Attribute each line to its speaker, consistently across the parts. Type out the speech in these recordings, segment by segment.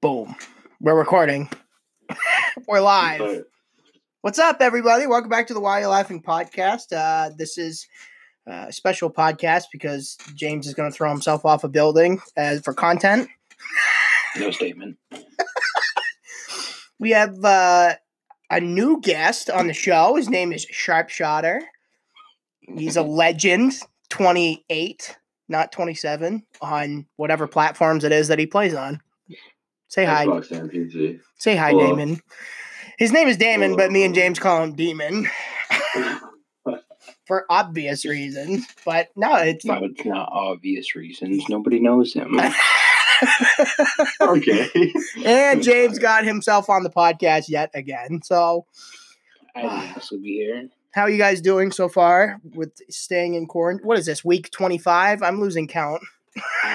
Speaker 1: Boom. We're recording. We're live. What's up, everybody? Welcome back to the Why You Laughing podcast. Uh, this is uh, a special podcast because James is going to throw himself off a building uh, for content.
Speaker 2: No statement.
Speaker 1: We have uh, a new guest on the show. His name is Sharpshotter. He's a legend, 28, not 27, on whatever platforms it is that he plays on. Say hi.
Speaker 2: Xbox and PC.
Speaker 1: Say hi,
Speaker 2: Hello.
Speaker 1: Damon. His name is Damon, but me and
Speaker 2: Hello.
Speaker 1: James call him Demon for obvious reasons. But no, it's
Speaker 2: No, it's not obvious reasons. Nobody knows him. okay.
Speaker 1: and James got himself on the podcast yet again. So,
Speaker 2: I didn't ask to be here.
Speaker 1: how are you guys doing so far with staying in quarantine? What is this week twenty five? I'm losing count.
Speaker 2: Uh,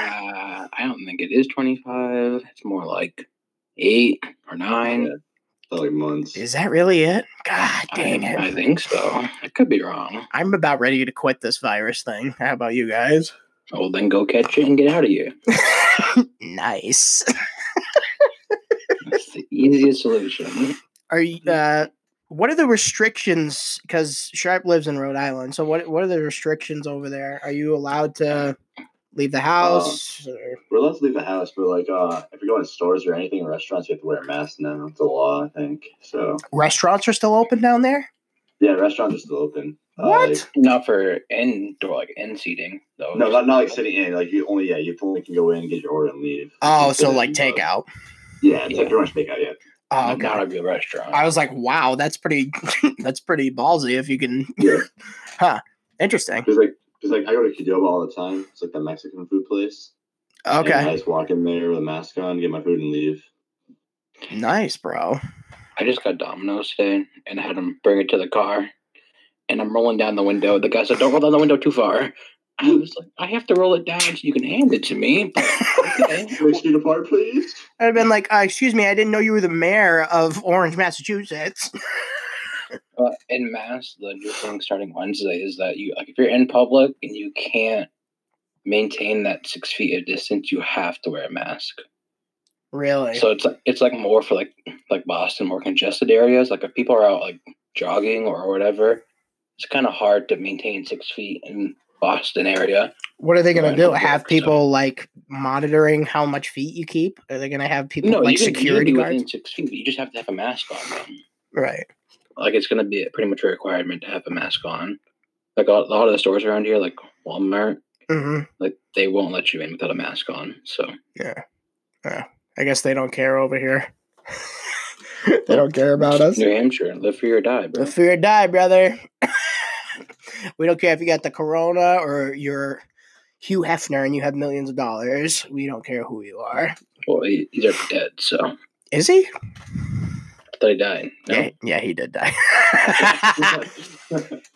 Speaker 2: I don't think it is 25. It's more like 8 or 9.
Speaker 3: Yeah, for like months.
Speaker 1: Is that really it? God dang
Speaker 2: I, I
Speaker 1: it!
Speaker 2: think so. I could be wrong.
Speaker 1: I'm about ready to quit this virus thing. How about you guys?
Speaker 2: Well, then go catch it and get out of here.
Speaker 1: Nice.
Speaker 2: That's the easiest solution.
Speaker 1: Are you?
Speaker 2: Mm.
Speaker 1: Uh, what are the restrictions? Because Sharp lives in Rhode Island, so what? What are the restrictions over there? Are you allowed to leave
Speaker 2: Uh,
Speaker 1: the house? or-
Speaker 3: We're allowed to leave the house, but like, uh, if we go in stores or anything, restaurants, you have to wear a mask now. It's a law, I think. So
Speaker 1: Restaurants are still open down there.
Speaker 3: yeah, restaurants are still open. Uh,
Speaker 1: What?
Speaker 2: Not for indoor, like end seating, though.
Speaker 3: like- no, not, not like sitting in. Like you only, yeah, you only can go in and get your order and leave.
Speaker 1: Oh,
Speaker 3: It's
Speaker 1: so
Speaker 3: considered,
Speaker 1: like
Speaker 3: uh,
Speaker 1: takeout.
Speaker 3: Yeah, it's like
Speaker 2: Yeah.
Speaker 3: pretty much takeout. Yeah,
Speaker 1: Oh,
Speaker 2: Not- Not
Speaker 1: okay.
Speaker 2: a good restaurant.
Speaker 1: I was like, wow, that's pretty. that's pretty ballsy. If you can,
Speaker 3: yeah.
Speaker 1: interesting.
Speaker 3: Because like, because like, I go to Qdoba all the time. It's like the Mexican food place. And I
Speaker 1: Okay,
Speaker 3: just walk in there with a mask on, get my food, and leave.
Speaker 1: nice, bro.
Speaker 2: I just got Domino's today and had him bring it to the car. And I'm rolling down the window. The guy said, Don't roll down the window too far. I was like, I have to roll it down so you can hand it to me. But okay.
Speaker 3: Whiskey to part, please.
Speaker 1: I'd have been like, uh, excuse me, I didn't know you were the mayor of Orange, Massachusetts.
Speaker 2: uh, in mass, the new thing starting Wednesday is that you, like, if you're in public and you can't maintain that six feet of distance, you have to wear a mask.
Speaker 1: really?
Speaker 2: So it's it's like more for like like Boston, more congested areas. Like if people are out like jogging or whatever, it's kind of hard to maintain six feet in Boston area.
Speaker 1: what are they going
Speaker 2: Right,
Speaker 1: to do?
Speaker 2: okay,
Speaker 1: Have
Speaker 2: so-
Speaker 1: people like monitoring how much feet you keep? Are they going to have people like
Speaker 2: you can- you can
Speaker 1: security
Speaker 2: be
Speaker 1: guards?
Speaker 2: within six feet, but you just have to have a mask on. Them.
Speaker 1: Right.
Speaker 2: Like it's gonna be pretty much a requirement to have a mask on. Like a lot a lot of the stores around here, like Walmart,
Speaker 1: hmm
Speaker 2: like they won't let you in without a mask on. So
Speaker 1: I guess they don't care over here. they don't care about us.
Speaker 2: New Hampshire, live free or die, bro.
Speaker 1: Live free or die, brother. we don't care if you got the corona or you're Hugh Hefner and you have millions of dollars. We don't care who you are.
Speaker 2: Well, he, he's already dead, so I
Speaker 1: Is he?
Speaker 2: thought he died. No?
Speaker 1: Yeah, yeah, he did die.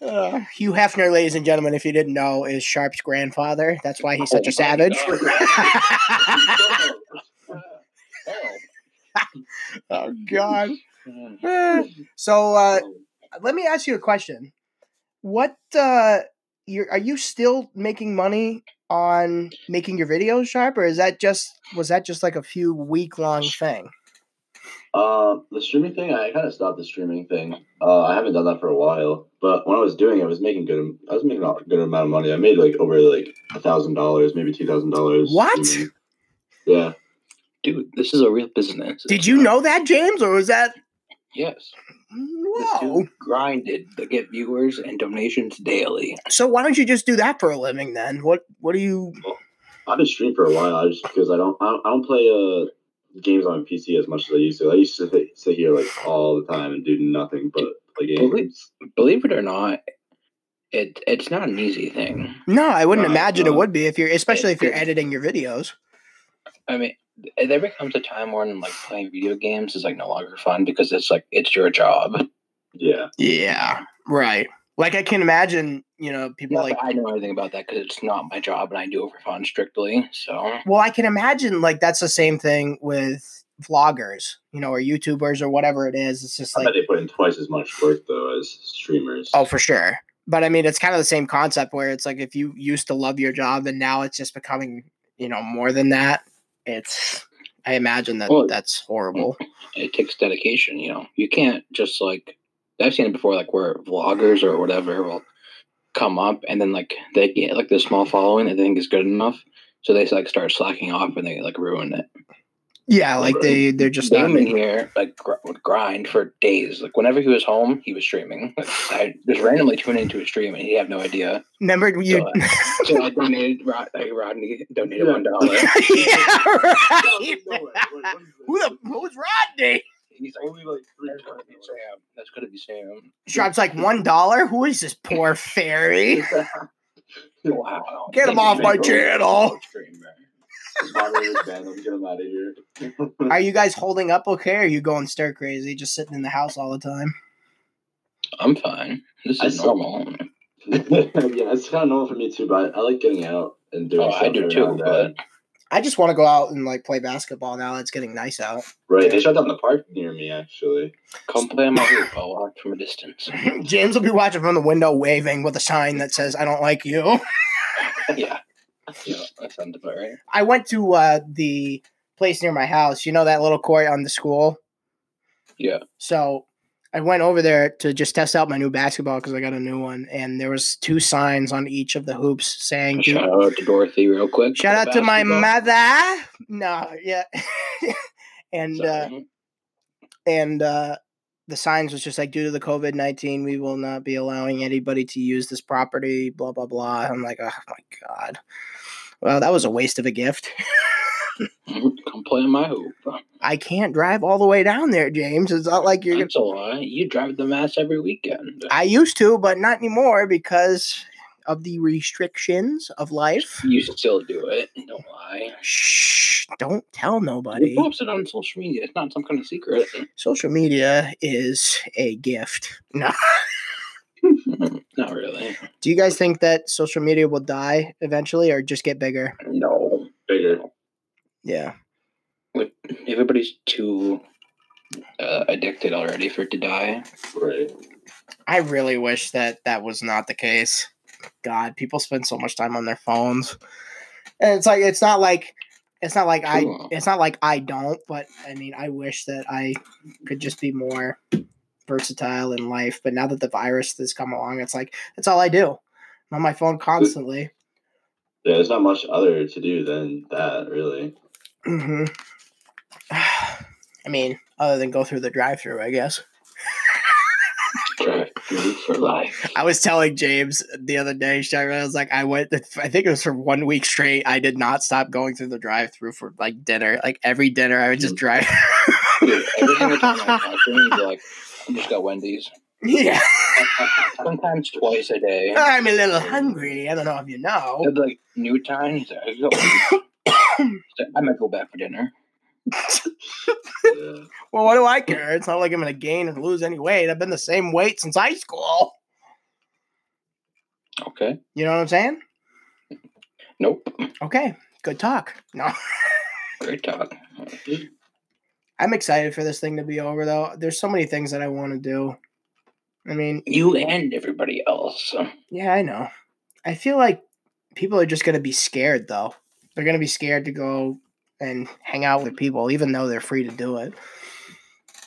Speaker 1: Uh, Hugh Hefner, ladies and gentlemen, if you didn't know, is Sharp's grandfather. That's why he's such a
Speaker 2: Oh
Speaker 1: savage. oh God! Eh. So uh, let me ask you a question. What uh, you're, are you still making money on making your videos, Sharp, or is that just was that just like a few week long thing?
Speaker 3: Uh, the streaming thing, I kind of stopped the streaming thing. Uh, I haven't done that for a while, but when I was doing it, I was making good. I was making a good amount of money. I made like over like a thousand dollars, maybe two thousand dollars.
Speaker 1: What?
Speaker 3: Yeah,
Speaker 2: Dude, this is a real business.
Speaker 1: Did
Speaker 2: It's
Speaker 1: you
Speaker 2: not-
Speaker 1: know that, James, or was that
Speaker 2: Yes. This
Speaker 1: whoa?
Speaker 2: dude grinded to get viewers and donations daily.
Speaker 1: So why don't you just do that for a living then? What What do you?
Speaker 3: I've been streaming for a while. I just because I don't, I don't, I don't play uh games on PC as much as I used to. I used to sit- sit here like all the time and do nothing but play
Speaker 2: Really?
Speaker 3: games.
Speaker 2: Believe it or not, it it's not an easy thing.
Speaker 1: No, I wouldn't
Speaker 3: No,
Speaker 1: imagine it
Speaker 3: no.
Speaker 1: would be if you're, especially if you're
Speaker 2: Yeah.
Speaker 1: editing your videos.
Speaker 2: I mean, th- there becomes a time when like playing video games is like no longer fun because it's like it's your job.
Speaker 3: Yeah,
Speaker 1: Yeah, right. Like I can imagine, you know, people
Speaker 2: Not
Speaker 1: like.
Speaker 2: that I know anything about that because it's not my job and I do it for fun strictly. So
Speaker 1: Well, I can imagine like that's the same thing with vloggers, you know, or YouTubers or whatever it is. It's just
Speaker 3: I
Speaker 1: like,
Speaker 3: bet they put in twice as much work though as streamers.
Speaker 1: oh, for sure. But I mean, it's kind of the same concept where it's like if you used to love your job and now it's just becoming, you know, more than that. It's I imagine that
Speaker 2: Well-
Speaker 1: that's horrible.
Speaker 2: it takes dedication. You know, you can't just like I've seen it before, like where vloggers or whatever will come up and then like they get like this small following and they think is good enough, so they like start slacking off and they like ruin it.
Speaker 1: Yeah, like they they're just not.
Speaker 2: Damon here like gr- would grind for days. Like whenever he was home, he was streaming. Like, I just randomly tuned into a stream and he had no idea.
Speaker 1: Remember when you?
Speaker 2: So, uh, So I donated Rod- like, Rodney donated
Speaker 3: Yeah.
Speaker 2: one dollar.
Speaker 1: yeah,
Speaker 3: No,
Speaker 1: right.
Speaker 3: no way. Wait, what is
Speaker 1: Who
Speaker 3: this?
Speaker 1: the who's Rodney?
Speaker 2: He's like,
Speaker 3: Only like three
Speaker 2: that's gonna be Sam. That's gonna be Sam.
Speaker 1: Sharp's like one dollar. Who is this poor fairy?
Speaker 2: Wow.
Speaker 1: Get him off my channel.
Speaker 2: Streamer.
Speaker 3: Get him out of here.
Speaker 1: Are you guys holding up okay? Or are you going stir crazy, just sitting in the house all the time?
Speaker 2: I'm fine. This
Speaker 3: I
Speaker 2: is
Speaker 3: saw-
Speaker 2: normal.
Speaker 3: yeah, it's kind of normal for me too, but I, I like getting out and doing
Speaker 2: Oh,
Speaker 3: stuff.
Speaker 2: I do
Speaker 3: every now
Speaker 2: too,
Speaker 3: and then.
Speaker 2: but
Speaker 1: I just want to go out and like play basketball now. that It's getting nice out.
Speaker 3: right, they shut down the park near me actually.
Speaker 2: come play on my roof. I'll watch from a distance.
Speaker 1: James will be watching from the window, waving with a sign that says "I don't like you."
Speaker 2: yeah. Yeah, that sounds about right.
Speaker 1: I went to uh, the place near my house. You know that little court on the school.
Speaker 2: Yeah.
Speaker 1: So I went over there to just test out my new basketball because I got a new one, and there was two signs on each of the hoops saying
Speaker 2: Shout out to Dorothy real quick.
Speaker 1: Shout out to my
Speaker 2: Basketball.
Speaker 1: mother. No, yeah. and uh
Speaker 2: Sorry.
Speaker 1: and uh the signs was just like due to the COVID nineteen, we will not be allowing anybody to use this property, blah blah blah. I'm like, oh my god. Well, that was a waste of a gift. uh,
Speaker 2: come play on my hoop.
Speaker 1: I can't drive all the way down there, James. It's not like you're gonna
Speaker 2: That's a lie. You drive the mass every weekend.
Speaker 1: I used to, but not anymore because of the restrictions of life.
Speaker 2: you still do it. Don't lie.
Speaker 1: Shh, don't tell nobody.
Speaker 2: You post it on social media. It's not some kind of secret.
Speaker 1: Social media is a gift. No.
Speaker 2: not really.
Speaker 1: Do you guys think that social media will die eventually or just get bigger?
Speaker 2: No.
Speaker 3: Bigger.
Speaker 1: Yeah.
Speaker 2: Like, everybody's too uh, addicted already for it to die.
Speaker 3: Right.
Speaker 1: I really wish that that was not the case. God, people spend so much time on their phones. And it's like it's not like it's not like I
Speaker 2: True.
Speaker 1: it's not like I don't, but I mean I wish that I could just be more versatile in life, but now that the virus has come along, it's like that's all I do. I'm on my phone constantly.
Speaker 3: Yeah, there's not much other to do than that, really.
Speaker 1: hmm I mean, other than go through the drive-through, I guess.
Speaker 2: Drive through for life.
Speaker 1: I was telling James the other day, Shire, I was like, I went, I think it was for one week straight. I did not stop going through the drive through for like dinner. Like every dinner, I would just drive.
Speaker 2: Dude, every single time I talk to him, he's like, I just got Wendy's.
Speaker 1: yeah.
Speaker 2: Sometimes twice a day.
Speaker 1: I'm a little hungry. I don't know if you know.
Speaker 2: At like new time, he's like, I, just got Wendy's." He's like, I might go back for dinner.
Speaker 3: Yeah.
Speaker 1: Well, what do I care? It's not like I'm going to gain and lose any weight. I've been the same weight since high school.
Speaker 2: Okay.
Speaker 1: You know what I'm saying?
Speaker 2: Nope.
Speaker 1: Okay. Good talk. No.
Speaker 2: Great talk.
Speaker 1: I'm excited for this thing to be over, though. There's so many things that I want to do. I mean,
Speaker 2: You and everybody else.
Speaker 1: Yeah, I know. I feel like people are just going to be scared, though. They're going to be scared to go and hang out with people, even though they're free to do it.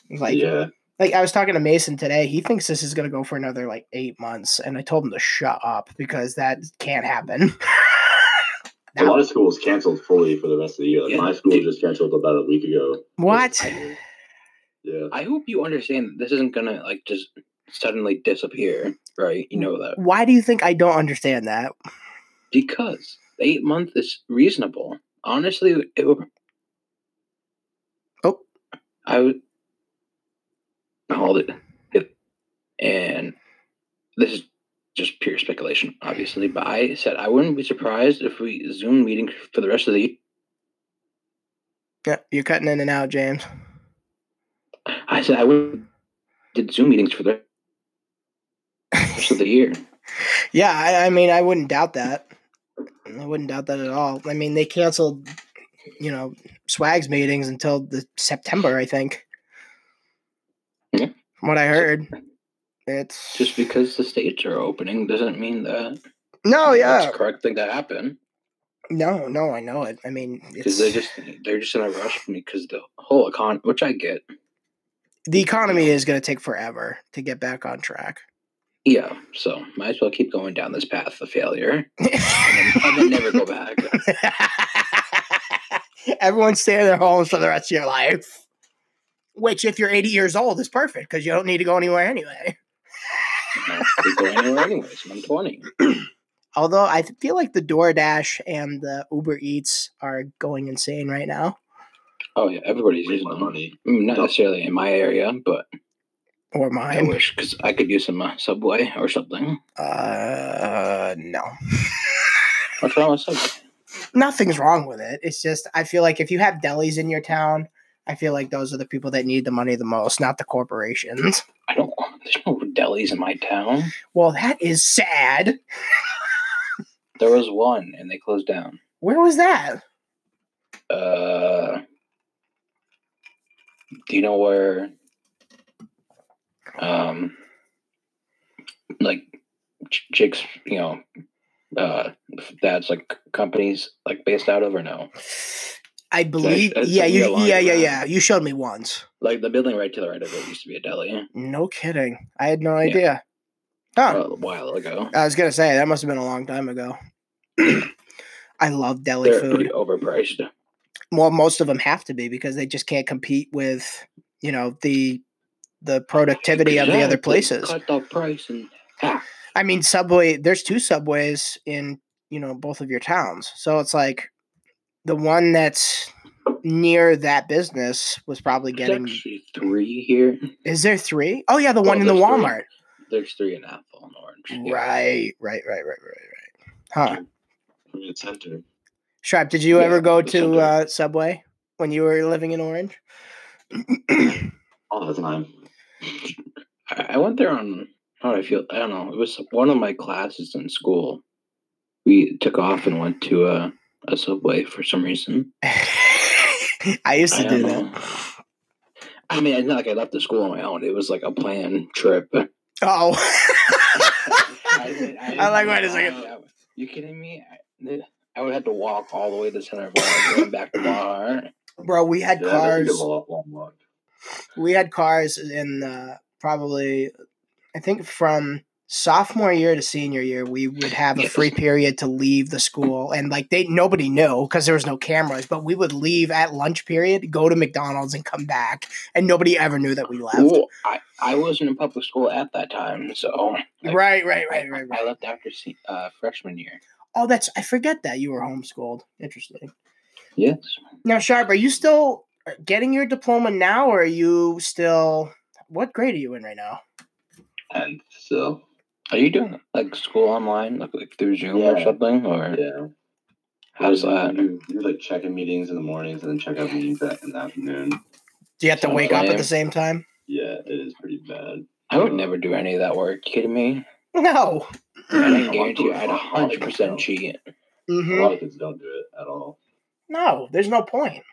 Speaker 1: Like,
Speaker 3: yeah.
Speaker 1: like I was talking to Mason today. He thinks this is going to go for another like eight months, and I told him to shut up because that can't happen.
Speaker 3: A lot of schools canceled fully for the rest of the year. Like
Speaker 2: Yeah.
Speaker 3: my school just canceled about a week ago.
Speaker 1: what?
Speaker 3: Yeah.
Speaker 2: I hope you understand that this isn't gonna like just suddenly disappear, right? You know that.
Speaker 1: Why do you think I don't understand that?
Speaker 2: Because the eight month is reasonable. Honestly, it would.
Speaker 1: Oh.
Speaker 2: I would hold it. If- and this is just pure speculation, obviously. But I said I wouldn't be surprised if we Zoom meeting for the rest of the.
Speaker 1: Yeah, You're cutting in and out, James.
Speaker 2: I said I would did Zoom meetings for the rest of the year.
Speaker 1: Yeah, I, I mean, I wouldn't doubt that. I wouldn't doubt that at all. I mean, they canceled, you know, Swags meetings until the September, I think.
Speaker 2: Yeah.
Speaker 1: From what I heard, it's
Speaker 2: Just because the states are opening doesn't mean
Speaker 1: no,
Speaker 2: that that's
Speaker 1: Oh, yeah,
Speaker 2: the correct thing to happen.
Speaker 1: No, no, I know it. I mean, it's,
Speaker 2: because they're just they're just in a rush because the whole economy, which I get.
Speaker 1: the economy is going to take forever to get back on track.
Speaker 2: Yeah, so might as well keep going down this path of failure and then, and then never go back.
Speaker 1: Everyone stay in their homes for the rest of your life. Which, if you're 80 years old, is perfect because you don't need to go anywhere anyway.
Speaker 2: You know, we go anywhere anyways. and I'm 20.
Speaker 1: Although I feel like the DoorDash and the Uber Eats are going insane right now.
Speaker 2: Oh yeah, everybody's
Speaker 3: Waste
Speaker 2: using
Speaker 3: my
Speaker 2: them.
Speaker 3: money.
Speaker 2: I mean, Not necessarily in my area, but
Speaker 1: Or
Speaker 2: I
Speaker 1: mine.
Speaker 2: wish because I could use some uh, Subway or something.
Speaker 1: Uh, no.
Speaker 2: What's wrong with Subway?
Speaker 1: Nothing's wrong with it. It's just, I feel like if you have delis in your town, I feel like those are the people that need the money the most, not the corporations.
Speaker 2: I don't. There's no delis in my town.
Speaker 1: Well, that is sad.
Speaker 2: There was one, and they closed down.
Speaker 1: Where was that?
Speaker 2: Uh, do you know where? Um, like J- Jake's, you know, uh, dad's like companies like based out of or no?
Speaker 1: I believe.
Speaker 2: it's
Speaker 1: yeah,
Speaker 2: a
Speaker 1: you,
Speaker 2: real line
Speaker 1: yeah, yeah,
Speaker 2: around.
Speaker 1: yeah. You showed me once.
Speaker 2: Like the building right to the right of it used to be a deli
Speaker 1: No kidding. I had no
Speaker 2: Yeah.
Speaker 1: idea.
Speaker 2: uh,
Speaker 1: Huh.
Speaker 2: a while ago.
Speaker 1: I was gonna say that must have been a long time ago. I love deli
Speaker 2: They're pretty
Speaker 1: food.
Speaker 2: overpriced.
Speaker 1: Well, most of them have to be because they just can't compete with, you know, the the productivity of the other
Speaker 2: Exactly.
Speaker 1: places.
Speaker 2: Cut the price and half.
Speaker 1: I mean, Subway. There's two Subways in you know both of your towns, so it's like the one that's near that business was probably
Speaker 2: There's
Speaker 1: getting.
Speaker 2: actually three here.
Speaker 1: Is there three? Oh yeah, the
Speaker 2: Well,
Speaker 1: one in the
Speaker 2: there's three.
Speaker 1: Walmart.
Speaker 2: There's three in Apple and Orange. Yeah.
Speaker 1: Right, right, right, right, right, right. Huh.
Speaker 3: From the center.
Speaker 1: Shrap, did you
Speaker 2: Yeah,
Speaker 1: ever go
Speaker 2: the
Speaker 1: to
Speaker 2: center.
Speaker 1: uh, Subway when you were living in Orange?
Speaker 3: All the time.
Speaker 2: I I went there on how did I feel? I don't know. It was one of my classes in school. We took off and went to a, a subway for some reason.
Speaker 1: I used to
Speaker 2: I
Speaker 1: do
Speaker 2: don't
Speaker 1: that.
Speaker 2: know. I mean, it's not like I left the school on my own. It was like a planned trip.
Speaker 1: Oh.
Speaker 2: I,
Speaker 1: I like, wait a second.
Speaker 2: You kidding me? I, I would have to walk all the way to the center of Walmart and back to bar.
Speaker 1: Bro, we had
Speaker 3: Yeah, that'd be a
Speaker 1: cars.
Speaker 3: long, long walk.
Speaker 1: We had cars in uh, probably, I think from sophomore year to senior year, we would have a
Speaker 2: Yes.
Speaker 1: free period to leave the school. And like, they nobody knew because there was no cameras, but we would leave at lunch period, go to McDonald's, and come back. And nobody ever knew that we left.
Speaker 2: Well, I, I wasn't in public school at that time, so like,
Speaker 1: right, right,
Speaker 2: I,
Speaker 1: right, right,
Speaker 2: I
Speaker 1: right.
Speaker 2: left after se- uh, freshman year.
Speaker 1: Oh, that's I forget that you were homeschooled. Interesting.
Speaker 2: Yes.
Speaker 1: Now, Sharp, are you still uh, getting your diploma now, or are you still? What grade are you in right now?
Speaker 3: And so,
Speaker 2: Are you doing like school online, like, like through Zoom or
Speaker 3: Yeah.
Speaker 2: something, or
Speaker 3: yeah.
Speaker 2: how's that?
Speaker 3: You, you like check in meetings in the mornings and then check out meetings that in the afternoon.
Speaker 1: Do you have to
Speaker 2: Sounds
Speaker 1: wake up at
Speaker 2: lame.
Speaker 1: the same time?
Speaker 3: Yeah, it is pretty bad.
Speaker 2: I would never do any of that work. You kidding me?
Speaker 1: No.
Speaker 2: I
Speaker 3: Yeah,
Speaker 2: can
Speaker 3: I'm
Speaker 2: guarantee you,
Speaker 3: doing
Speaker 2: I'd
Speaker 3: fine.
Speaker 2: hundred percent cheat.
Speaker 3: A
Speaker 1: hmm
Speaker 3: lot of kids don't do it at all.
Speaker 1: No. There's no point.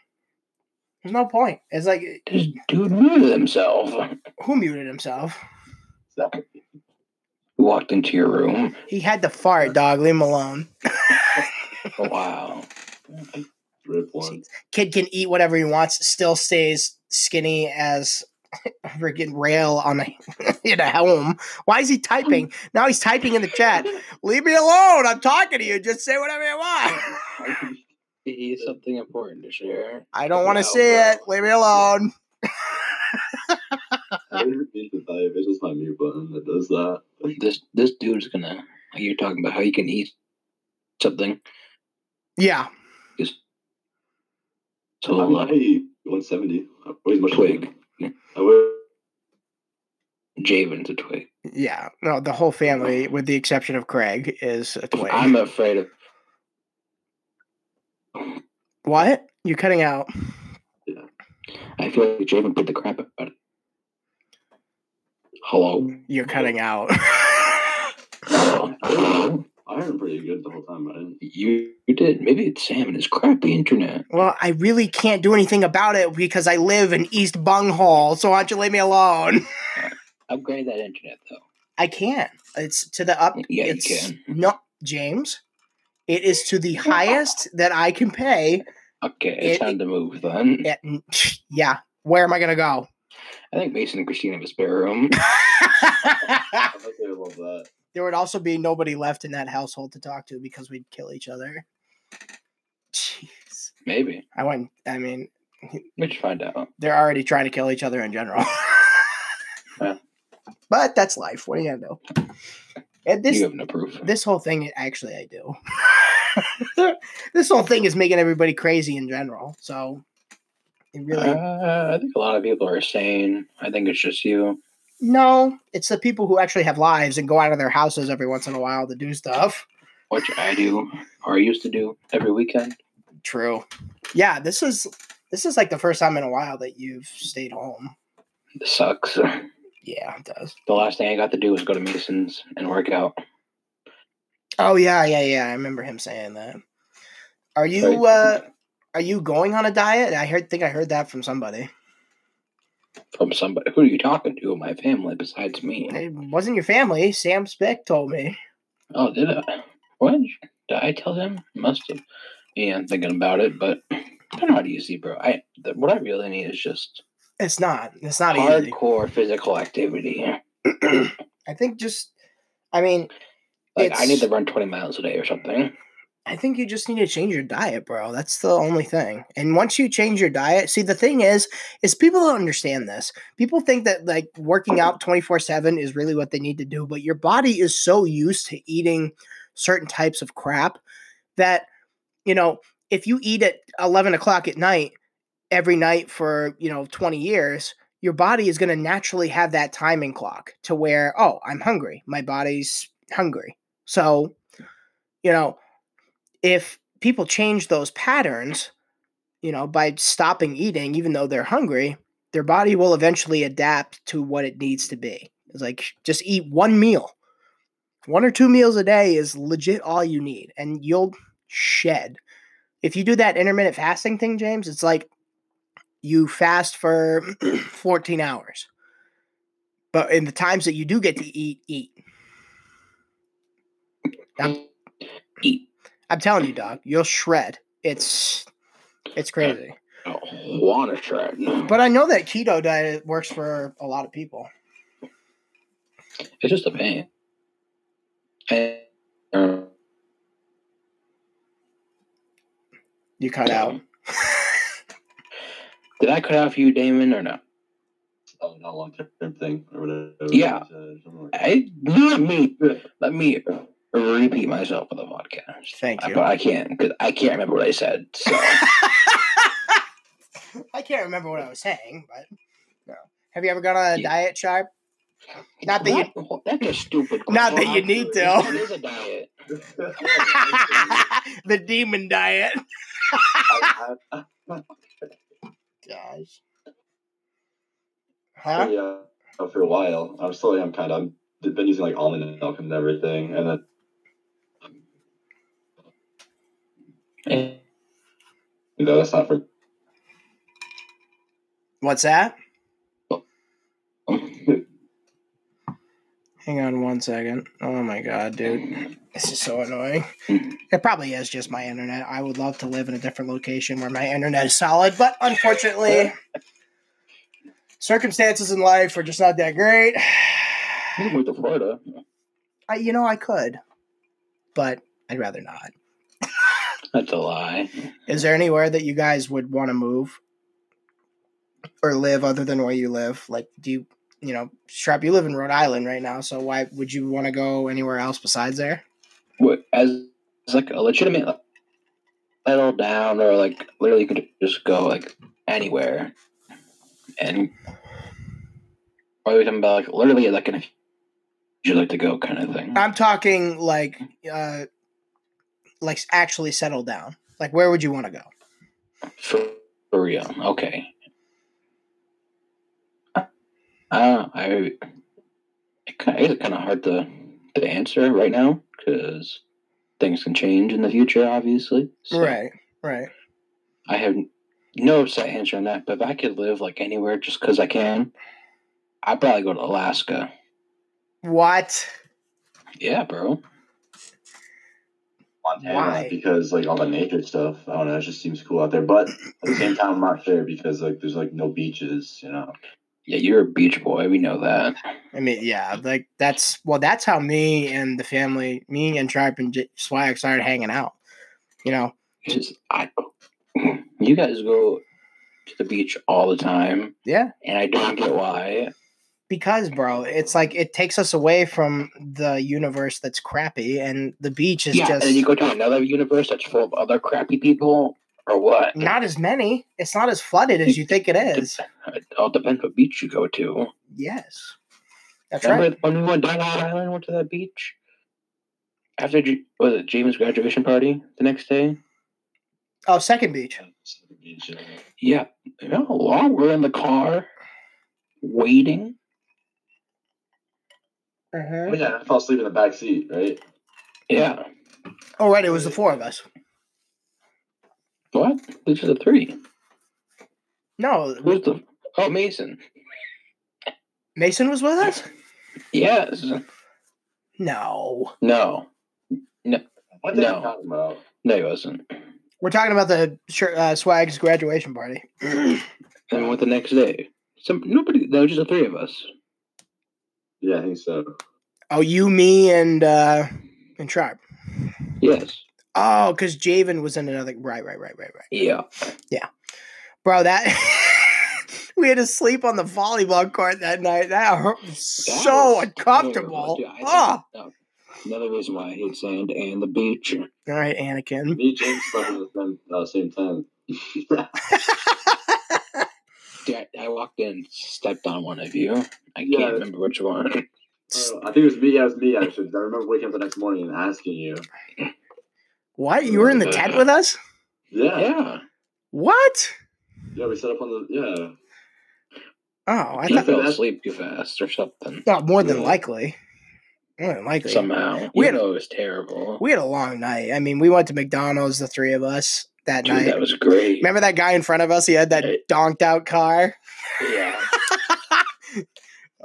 Speaker 1: There's no point. It's like
Speaker 2: This dude muted himself.
Speaker 1: who muted himself?
Speaker 3: So,
Speaker 2: He walked into your room.
Speaker 1: He had to fart, dog. Leave him alone.
Speaker 2: Oh, Wow.
Speaker 3: rip one.
Speaker 1: Kid can eat whatever he wants. Still stays skinny as a freaking rail on a in a helm. Why is he typing? Now he's typing in the chat. Leave me alone. I'm talking to you. Just say whatever you want.
Speaker 2: He has something important to share.
Speaker 1: I don't want to
Speaker 2: Wow,
Speaker 1: see it. Leave me alone.
Speaker 3: I didn't mean to type. It's just my mute button that does that.
Speaker 2: This this dude's gonna. Like you're talking about how you can eat something.
Speaker 1: Yeah.
Speaker 2: So
Speaker 3: I'm
Speaker 2: like,
Speaker 3: only 170. I weigh as much as
Speaker 2: twig.
Speaker 3: I weigh
Speaker 2: Javen's a twig.
Speaker 1: Yeah. No, the whole family, with the exception of Craig, is a twin.
Speaker 2: I'm afraid of.
Speaker 1: what? You're cutting out.
Speaker 2: I feel like Javen put the crap out. of Hello.
Speaker 1: You're cutting out.
Speaker 2: Hello.
Speaker 3: I heard pretty good the whole time. but I didn't.
Speaker 2: You, you did. Maybe it's Sam and his crappy internet.
Speaker 1: well, I really can't do anything about it because I live in East Bunghole, so why don't you leave me alone?
Speaker 2: Upgrade that internet though.
Speaker 1: I can't. It's to the up.
Speaker 2: Yeah, you
Speaker 1: it's,
Speaker 2: can.
Speaker 1: No, James. It is to the highest that I can pay.
Speaker 2: Okay, it's
Speaker 1: It-
Speaker 2: time to move then.
Speaker 1: At, yeah. Where am I gonna go?
Speaker 2: I think Mason and Christine have a spare room.
Speaker 3: I think they would love that.
Speaker 1: there would also be nobody left in that household to talk to because we'd kill each other. Jeez.
Speaker 2: Maybe.
Speaker 1: I wouldn't. I mean,
Speaker 2: We should find out.
Speaker 1: they're already trying to kill each other in general.
Speaker 2: Yeah.
Speaker 1: But that's life. What are you gonna do? And this
Speaker 2: you have no proof.
Speaker 1: this whole thing actually I do. this whole thing is making everybody crazy in general. So it really
Speaker 2: Uh, I think a lot of people are sane. I think it's just you.
Speaker 1: No, it's the people who actually have lives and go out of their houses every once in a while to do stuff.
Speaker 2: Which I do, or I used to do every weekend.
Speaker 1: True. Yeah, this is this is like the first time in a while that you've stayed home.
Speaker 2: It sucks. The
Speaker 1: Yeah, it does.
Speaker 2: last thing I got to do was go to Mason's and work out.
Speaker 1: Oh yeah, yeah, yeah. I remember him saying that. Are you
Speaker 2: Right.
Speaker 1: uh are you going on a diet? I heard think I heard that from somebody.
Speaker 2: from somebody. Who are you talking to? in My family besides me.
Speaker 1: It wasn't your family. Sam Spick told me.
Speaker 2: Oh, did I? What? Did I tell them? Must have. Yeah, I'm thinking about it, but they're not easy, bro. I th- what I really need is just
Speaker 1: It's not. It's not easy.
Speaker 2: hardcore physical activity.
Speaker 1: I think just I mean,
Speaker 2: Like I need
Speaker 1: It's-
Speaker 2: to run 20 miles a day or something.
Speaker 1: I think you just need to change your diet, bro. That's the only thing. And once you change your diet, see the thing is, is people don't understand this. People think that like working out 24/7 is really what they need to do, but your body is so used to eating certain types of crap that you know, if you eat at 11 o'clock at night every night for, you know, 20 years, your body is going to naturally have that timing clock to where, oh, I'm hungry. My body's hungry. So, you know, if people change those patterns, you know, by stopping eating, even though they're hungry, their body will eventually adapt to what it needs to be. It's like just eat one meal. One or two meals a day is legit all you need, and you'll shed. If you do that intermittent fasting thing, James, it's like you fast for 14 hours. But in the times that you do get to eat, eat.
Speaker 2: Eat
Speaker 1: I'm telling you, dog, you'll shred. It's it's crazy.
Speaker 2: a want to shred.
Speaker 1: But I know that keto diet works for a lot of people.
Speaker 2: It's just a pain. And, uh,
Speaker 1: You cut out.
Speaker 2: Did I cut out for you, Damon, or no?
Speaker 3: Oh, not long term thing or whatever.
Speaker 2: Yeah.
Speaker 3: Something like that.
Speaker 2: I, not me. Let me repeat myself for the podcast.
Speaker 1: Thank
Speaker 2: I-
Speaker 1: you.
Speaker 2: But I can't because I can't remember what I said. So
Speaker 1: I can't remember what I was saying, but no. Have you ever gone on a
Speaker 2: Yeah.
Speaker 1: diet, Sharp? Not that you-
Speaker 2: What? that's a stupid.
Speaker 1: Not
Speaker 2: question.
Speaker 1: that you need
Speaker 2: What
Speaker 1: to.
Speaker 2: is a diet?
Speaker 1: the demon diet.
Speaker 3: I, I,
Speaker 1: Gosh.
Speaker 3: I,
Speaker 1: Huh?
Speaker 3: yeah, for a while. I'm slowly. I'm kind of. I've been using like almond milk and everything, and then
Speaker 2: Eh,
Speaker 3: you know that's not for.
Speaker 1: What's that?
Speaker 2: um,
Speaker 1: Hang on one second. Oh my god, dude. This is so annoying. It probably is just my internet. I would love to live in a different location where my internet is solid, but unfortunately, circumstances in life are just not that great.
Speaker 2: You can move to Florida.
Speaker 1: I, you know, I could, but I'd rather not.
Speaker 2: That's a lie.
Speaker 1: Is there anywhere that you guys would want to move or live other than where you live? Like, do you, you know, Sharp, you live in Rhode Island right now, so why would you want to go anywhere else besides there?
Speaker 2: What as it's like a legitimate like, settle down or like literally you could just go like anywhere and or are we talking about like literally like an you like to go kind of thing.
Speaker 1: I'm talking like, uh, like actually settle down. Like, where would you want to go?
Speaker 2: For, for real. Okay. Uh, I, it kind of, it's kind of hard to, to answer right now because things can change in the future, obviously. So
Speaker 1: Right, right.
Speaker 2: I have no set answer on that, but if I could live like anywhere just because I can, I'd probably go to Alaska.
Speaker 1: What?
Speaker 2: Yeah, bro.
Speaker 3: Montana
Speaker 1: Why?
Speaker 3: because like all the nature stuff. I don't know. It just seems cool out there, but at the same time, I'm not sure because like there's like no beaches, you know.
Speaker 2: Yeah, you're a beach boy. We know that.
Speaker 1: I mean, yeah, like that's well, that's how me and the family, me and Tripe and J- Swag started hanging out. You know,
Speaker 2: Just I, you guys go to the beach all the time,
Speaker 1: yeah,
Speaker 2: and I don't get why.
Speaker 1: because bro, it's like it takes us away from the universe that's crappy, and the beach is
Speaker 2: yeah, and
Speaker 1: just
Speaker 2: then you go to another universe that's full of other crappy people, or what?
Speaker 1: not as many. It's not as flooded as you think it is.
Speaker 2: It all depends what beach you go to.
Speaker 1: Yes, that's right.
Speaker 2: Remember when we went down Long Island, went to that beach after J- was it James' graduation party the next day?
Speaker 1: Oh, second beach.
Speaker 3: Beach, yeah.
Speaker 2: Yeah, you know how long we're in the car
Speaker 3: Oh,
Speaker 2: waiting. Mm-hmm.
Speaker 1: Uh-huh.
Speaker 3: yeah, I fell asleep in the back seat, right?
Speaker 2: Yeah,
Speaker 1: Oh, right, it was the four of us.
Speaker 2: what? These are the three.
Speaker 1: No,
Speaker 2: Who's the? Oh, Mason.
Speaker 1: Mason was with us.
Speaker 2: Yes.
Speaker 1: No,
Speaker 2: No.
Speaker 3: What the
Speaker 2: No.
Speaker 3: you talking about?
Speaker 2: No, he wasn't.
Speaker 1: we're talking about the shir- uh, Swag's graduation party.
Speaker 2: And we went the next day. Some nobody. That was just the three of us.
Speaker 3: Yeah, I think so.
Speaker 1: Oh, you, me, and uh and Tribe.
Speaker 2: Yes.
Speaker 1: Oh, because Javen was in another. Right, right, right, right, right.
Speaker 2: Yeah.
Speaker 1: Bro, that we had to sleep on the volleyball court that night. That hurt
Speaker 2: That
Speaker 1: so
Speaker 2: was
Speaker 1: uncomfortable.
Speaker 2: horrible, dude. I think-
Speaker 1: Oh.
Speaker 2: no. Another reason why I hate sand and the beach.
Speaker 1: All right, Anakin.
Speaker 3: Me and James slept at the same, uh, same time.
Speaker 2: Yeah, I walked in, stepped on one of you. I
Speaker 3: Yeah.
Speaker 2: can't remember which one.
Speaker 3: Oh, I think it was me. Yeah, it was me actually. 'cause I remember waking up the next morning and asking you.
Speaker 1: What? You were in the tent with us?
Speaker 3: Yeah, yeah.
Speaker 2: Yeah.
Speaker 1: What?
Speaker 3: we set up on the yeah.
Speaker 1: Oh, I
Speaker 2: you
Speaker 1: thought.
Speaker 2: fell
Speaker 3: that's-
Speaker 2: asleep too fast or something.
Speaker 1: Not more than
Speaker 3: Yeah.
Speaker 1: likely. More than likely.
Speaker 2: Somehow.
Speaker 1: We
Speaker 2: We
Speaker 1: had-
Speaker 2: know it was terrible.
Speaker 1: We had a long night. I mean, we went to McDonald's, the three of us, that
Speaker 2: Dude,
Speaker 1: night.
Speaker 2: that was great.
Speaker 1: Remember that guy in front of us? He had that
Speaker 2: Right.
Speaker 1: donked out car.
Speaker 2: Yeah.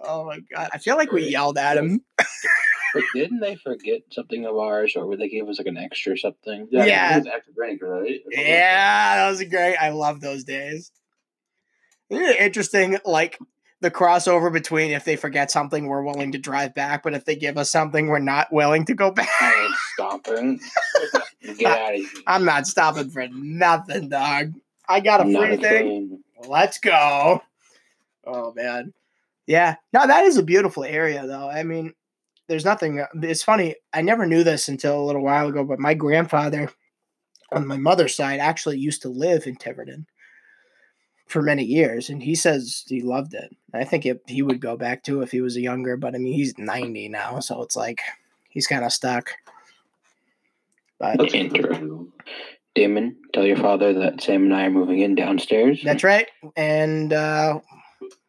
Speaker 1: Oh my god! I feel like we
Speaker 2: Right.
Speaker 1: yelled at him.
Speaker 2: But didn't they forget something of ours or they gave us like an extra something?
Speaker 3: Yeah,
Speaker 1: Yeah.
Speaker 3: It was after drink, right?
Speaker 1: Yeah, that was great. I love those days. Isn't it Interesting, like the crossover between if they forget something, we're willing to drive back, but if they give us something, we're not willing to go back.
Speaker 2: I ain't stomping. Get out of here.
Speaker 1: I'm not stopping for nothing, dog. I got a
Speaker 2: Not
Speaker 1: free
Speaker 2: a
Speaker 1: thing.
Speaker 2: thing.
Speaker 1: Let's go. Oh man, yeah. No, that is a beautiful area, though. I mean, there's nothing. It's funny. I never knew this until a little while ago, but my grandfather on my mother's side actually used to live in Tiverton for many years, and he says he loved it. I think it, he would go back to if he was younger, but I mean, he's 90 now, so it's like he's kind of stuck. But
Speaker 3: That's interesting.
Speaker 2: Damon, tell your father that Sam and I are moving in downstairs.
Speaker 1: that's right, and uh,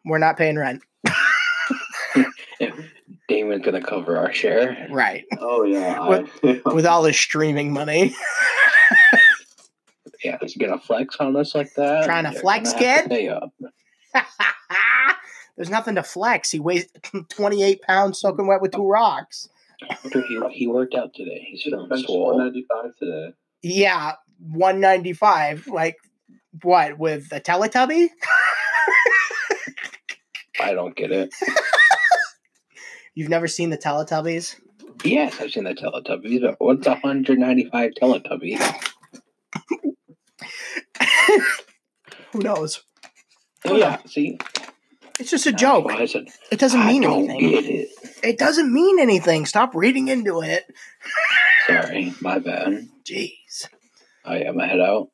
Speaker 1: we're not paying rent.
Speaker 2: Damon's gonna cover our share.
Speaker 1: Right.
Speaker 3: Oh yeah. I,
Speaker 1: With all his streaming money.
Speaker 2: Yeah, he's gonna flex on us like that.
Speaker 1: Tryna
Speaker 2: They're
Speaker 1: flex,
Speaker 2: gonna have to
Speaker 1: kid?
Speaker 2: Pay up.
Speaker 1: There's nothing to flex. He weighs 28 pounds soaking wet with two rocks.
Speaker 2: Dude, he, he worked out today. He's feeling
Speaker 3: One
Speaker 2: swole.
Speaker 3: ninety five today.
Speaker 1: Yeah, 195. Like, what, with a Teletubby?
Speaker 2: I don't get it.
Speaker 1: You've never seen the Teletubbies?
Speaker 2: Yes, I've seen the Teletubbies, but what's 195 Teletubbies?
Speaker 1: Who knows?
Speaker 2: Oh, yeah, see?
Speaker 1: It's just a
Speaker 2: That's
Speaker 1: joke.
Speaker 2: why I said,
Speaker 1: It doesn't
Speaker 2: I
Speaker 1: mean
Speaker 2: don't
Speaker 1: anything.
Speaker 2: get it.
Speaker 1: It doesn't mean anything. Stop reading into it.
Speaker 2: Sorry, my bad.
Speaker 1: Jeez.
Speaker 2: I am a head out.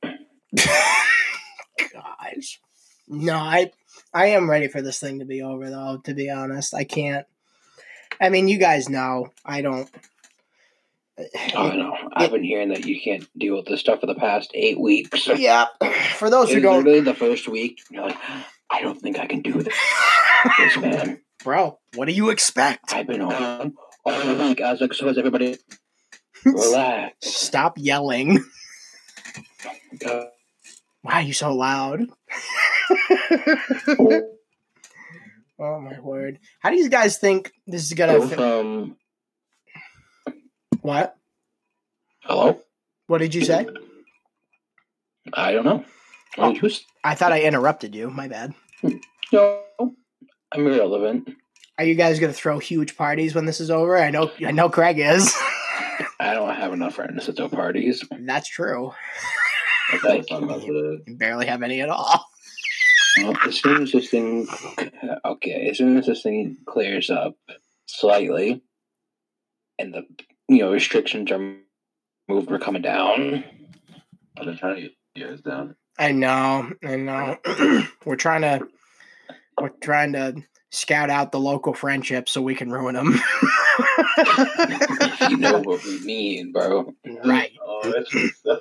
Speaker 1: Gosh. No, I I am ready for this thing to be over though, to be honest. I can't I mean you guys know I don't
Speaker 2: Oh, no. I've been hearing that you can't deal with this stuff for the past eight weeks.
Speaker 1: Yeah. For those
Speaker 2: It
Speaker 1: who
Speaker 2: was
Speaker 1: don't
Speaker 2: literally the first week. You're like, I don't think I can do this, this man.
Speaker 1: Bro, what do you expect?
Speaker 2: I've been home all week. I was like, so is everybody. Relax.
Speaker 1: Stop yelling.
Speaker 2: Uh,
Speaker 1: Why are you so loud? oh my word. How do you guys think this is gonna
Speaker 2: go
Speaker 1: affect
Speaker 2: from.
Speaker 1: what?
Speaker 2: Hello?
Speaker 1: What did you say?
Speaker 2: I don't know. What did you s-
Speaker 1: I thought I interrupted you. My bad.
Speaker 2: No, I'm irrelevant.
Speaker 1: Are you guys gonna throw huge parties when this is over? I know. I know Craig is.
Speaker 2: I don't have enough friends to throw parties.
Speaker 1: That's true.
Speaker 3: That's what I was talking about today.
Speaker 1: You barely have any at all.
Speaker 2: Well, as soon as this thing, okay, as soon as this thing clears up slightly, and the you know restrictions are moved, we're coming down.
Speaker 3: I've been trying to get you guys down.
Speaker 1: I know. I know. we're trying to. We're trying to scout out the local friendships so we can ruin them.
Speaker 2: you know what we mean, bro.
Speaker 1: right.
Speaker 3: Oh, that's just so.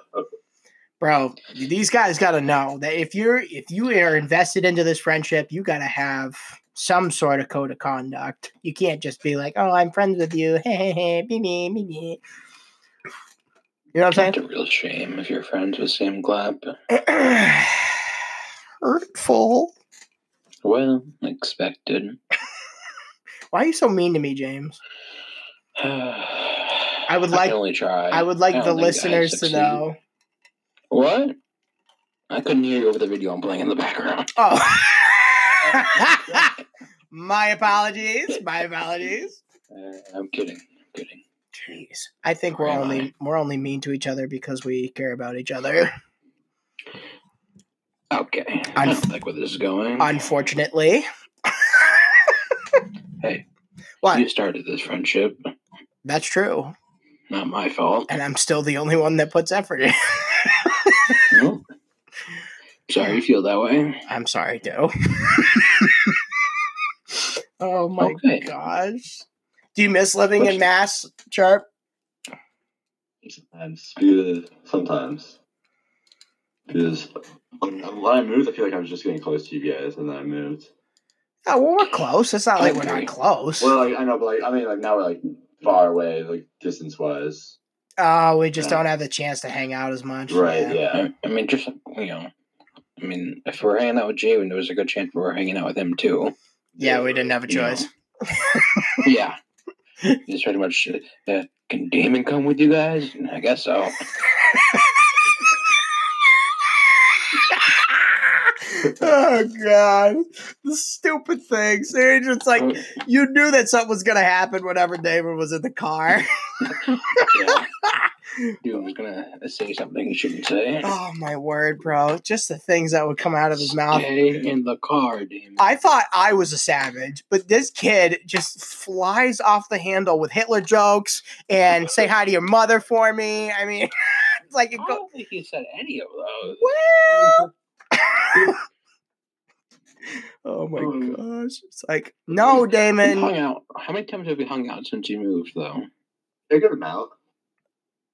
Speaker 1: bro these guys gotta know that if you're if you are invested into this friendship you gotta have some sort of code of conduct you can't just be like oh i'm friends with you hey hey hey me me me me you know what i'm
Speaker 2: It's a real shame if you're friends with Sam Clapp.
Speaker 1: saying hurtful
Speaker 2: Well, expected.
Speaker 1: why are you so mean to me james
Speaker 2: I
Speaker 1: would
Speaker 2: can
Speaker 1: like-
Speaker 2: only try.
Speaker 1: i would like
Speaker 2: don't
Speaker 1: the
Speaker 2: think I
Speaker 1: listeners to
Speaker 2: succeeded.
Speaker 1: know
Speaker 2: what. I couldn't hear you over the video I'm playing in the background.
Speaker 1: oh my apologies my apologies
Speaker 2: Uh, I'm kidding. I'm kidding.
Speaker 1: jeez i think we're
Speaker 2: Where am
Speaker 1: only we're only mean to each other because we care about each other
Speaker 2: Okay. I
Speaker 1: Unf-
Speaker 2: don't like where this is going.
Speaker 1: Unfortunately.
Speaker 2: Hey.
Speaker 1: What?
Speaker 2: You started this friendship.
Speaker 1: That's true.
Speaker 2: Not my fault.
Speaker 1: And I'm still the only one that puts effort in.
Speaker 2: Nope. Sorry you feel that way.
Speaker 1: I'm sorry, Joe. oh my
Speaker 2: Okay.
Speaker 1: gosh. Do you miss living in
Speaker 2: Whoops.
Speaker 1: Mass, Sharp?
Speaker 3: I'm spewed sometimes. Because when, when I moved, I feel like I was just getting close to you guys, and then I moved.
Speaker 1: Oh, well, we're close. It's not like we're
Speaker 2: Okay.
Speaker 1: not close.
Speaker 3: Well, like, I know, but like, I mean, like now we're like far away, like distance wise.
Speaker 1: oh, we just
Speaker 2: Yeah.
Speaker 1: don't have the chance to hang out as much.
Speaker 3: Right?
Speaker 1: Yeah.
Speaker 3: Yeah.
Speaker 2: I, I mean, just, you know, I mean, if we're hanging out with Jay, there was a good chance we were hanging out with him too.
Speaker 1: Yeah, we didn't have a
Speaker 2: Yeah.
Speaker 1: choice.
Speaker 2: Yeah. It's pretty much, uh, can Damon come with you guys? I guess so.
Speaker 1: oh god. The stupid things. They're just like you knew that something was gonna happen whenever David was in the car.
Speaker 2: yeah. Dude, I was going to say something you shouldn't say.
Speaker 1: oh my word, bro! Just the things that would come out of his mouth.
Speaker 2: Stay in the car, Damon.
Speaker 1: I thought I was a savage, but this kid just flies off the handle with Hitler jokes and say hi to your mother for me. I mean, it's like it
Speaker 2: I
Speaker 1: go
Speaker 2: don't think he said any of those.
Speaker 1: well. oh my gosh! It's like no,
Speaker 2: We hung
Speaker 1: Damon.
Speaker 2: out. How many times have we hung out since you moved, though?
Speaker 3: They're good amount.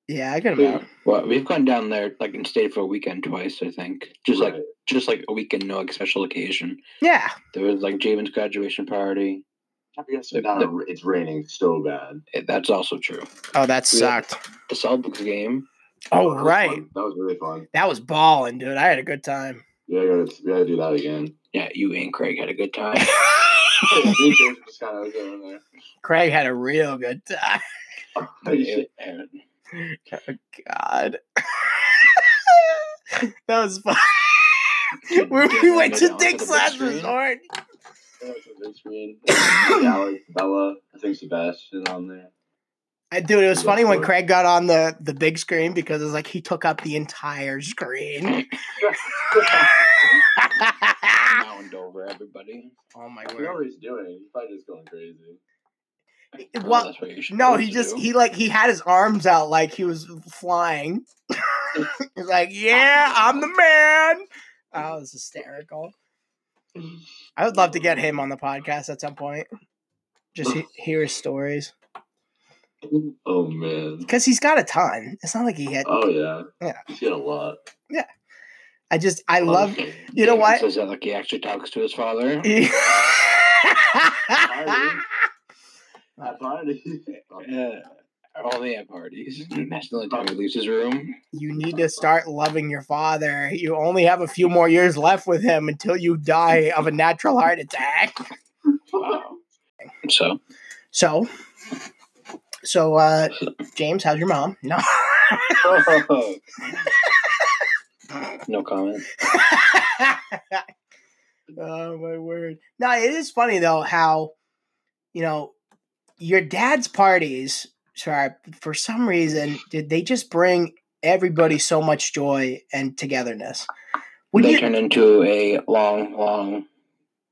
Speaker 1: Yeah, I got him out.
Speaker 2: Well, we've gone down there like and stayed for a weekend twice, I think. Just like
Speaker 3: Right.
Speaker 2: just like a weekend, no like special occasion.
Speaker 1: Yeah,
Speaker 2: There was like Javen's graduation party.
Speaker 3: I guess it's not a- it's raining so bad.
Speaker 2: Eh, That's also true.
Speaker 1: Oh, that
Speaker 2: Yeah.
Speaker 1: sucked.
Speaker 2: The Celtics game.
Speaker 1: Oh,
Speaker 3: That was
Speaker 1: right.
Speaker 3: fun. That was really fun.
Speaker 1: That was balling, dude. I had a good time.
Speaker 3: Yeah, I gotta, we gotta do that again.
Speaker 2: Yeah, you and Craig had a good time.
Speaker 3: Me and James just kind of going there.
Speaker 1: Craig had a real good time.
Speaker 2: It- it-
Speaker 1: God. that was fun.
Speaker 2: it-
Speaker 1: When
Speaker 2: Javen
Speaker 1: we
Speaker 2: and
Speaker 1: went
Speaker 2: I
Speaker 1: to
Speaker 2: down the
Speaker 1: Dick's
Speaker 2: big
Speaker 1: last
Speaker 2: screen.
Speaker 1: resort.
Speaker 3: Big screen. Alex, Bella, I think Sebastian on there.
Speaker 1: I, dude, it was
Speaker 3: Yeah,
Speaker 1: funny when
Speaker 3: sure.
Speaker 1: Craig got on the, the big screen because it was like he took up the entire screen.
Speaker 2: Mound over everybody.
Speaker 1: oh my
Speaker 3: I forgot
Speaker 1: word.
Speaker 3: what he's doing. He's probably just going crazy.
Speaker 2: Well,
Speaker 1: Well,
Speaker 2: that's what you should
Speaker 1: no, he just he like he had his arms out like he was flying. He's like, "Yeah, I'm the man." Oh, it was hysterical. I would love to get him on the podcast at some point. Just he- hear his stories
Speaker 3: Oh man.
Speaker 1: because he's got a ton. It's not like he had.
Speaker 3: Oh yeah.
Speaker 1: Yeah.
Speaker 3: He's got a lot.
Speaker 1: I just I love. You
Speaker 2: David
Speaker 1: know what?
Speaker 2: Says that like he actually talks to his father.
Speaker 3: At party.
Speaker 2: Yeah, only at parties. That's the only time he leaves his room.
Speaker 1: you need to start loving your father. You only have a few more years left with him until you die of a natural heart attack.
Speaker 2: Wow. So
Speaker 1: So, so uh, James, how's your mom? No.
Speaker 3: Oh,
Speaker 2: no comment.
Speaker 1: oh my word! No, it is funny though how, you know, your dad's parties. Sorry, for some reason, did they just bring everybody so much joy and togetherness? When
Speaker 2: they
Speaker 1: you
Speaker 2: turn into a long, long.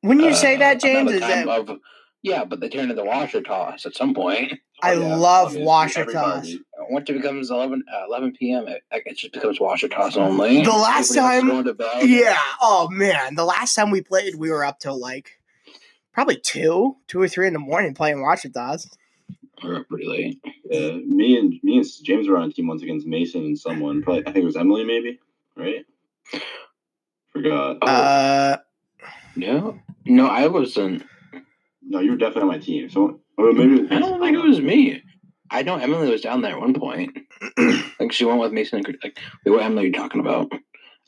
Speaker 1: when you
Speaker 2: uh,
Speaker 1: say that, James, is
Speaker 2: amount of
Speaker 1: that
Speaker 2: time of- yeah, but they turn into washer toss at some point.
Speaker 1: I
Speaker 3: Yeah,
Speaker 1: love
Speaker 3: obviously,
Speaker 1: washer
Speaker 3: every
Speaker 1: toss.
Speaker 3: party.
Speaker 2: Once it becomes 11, uh, 11 p.m., it, like, it just becomes washer toss only.
Speaker 1: The last
Speaker 2: Everybody else is
Speaker 1: time-
Speaker 2: going to bed.
Speaker 1: Yeah. Oh man, the last time we played, we were up till like probably two, two or three in the morning playing Watch It Does.
Speaker 2: We're up pretty late.
Speaker 3: Yeah, me and me and James were on a team once against Mason and someone. Probably I think it was Emily, maybe. Right? Forgot.
Speaker 2: Oh,
Speaker 1: Uh,
Speaker 2: no, no, I wasn't.
Speaker 3: No, you were definitely on my team. So or maybe it was
Speaker 2: I don't think it
Speaker 3: Mason.
Speaker 2: was me. I know Emily was down there at one point. like she went with Mason and Chris- like wait, what Emily are you talking about?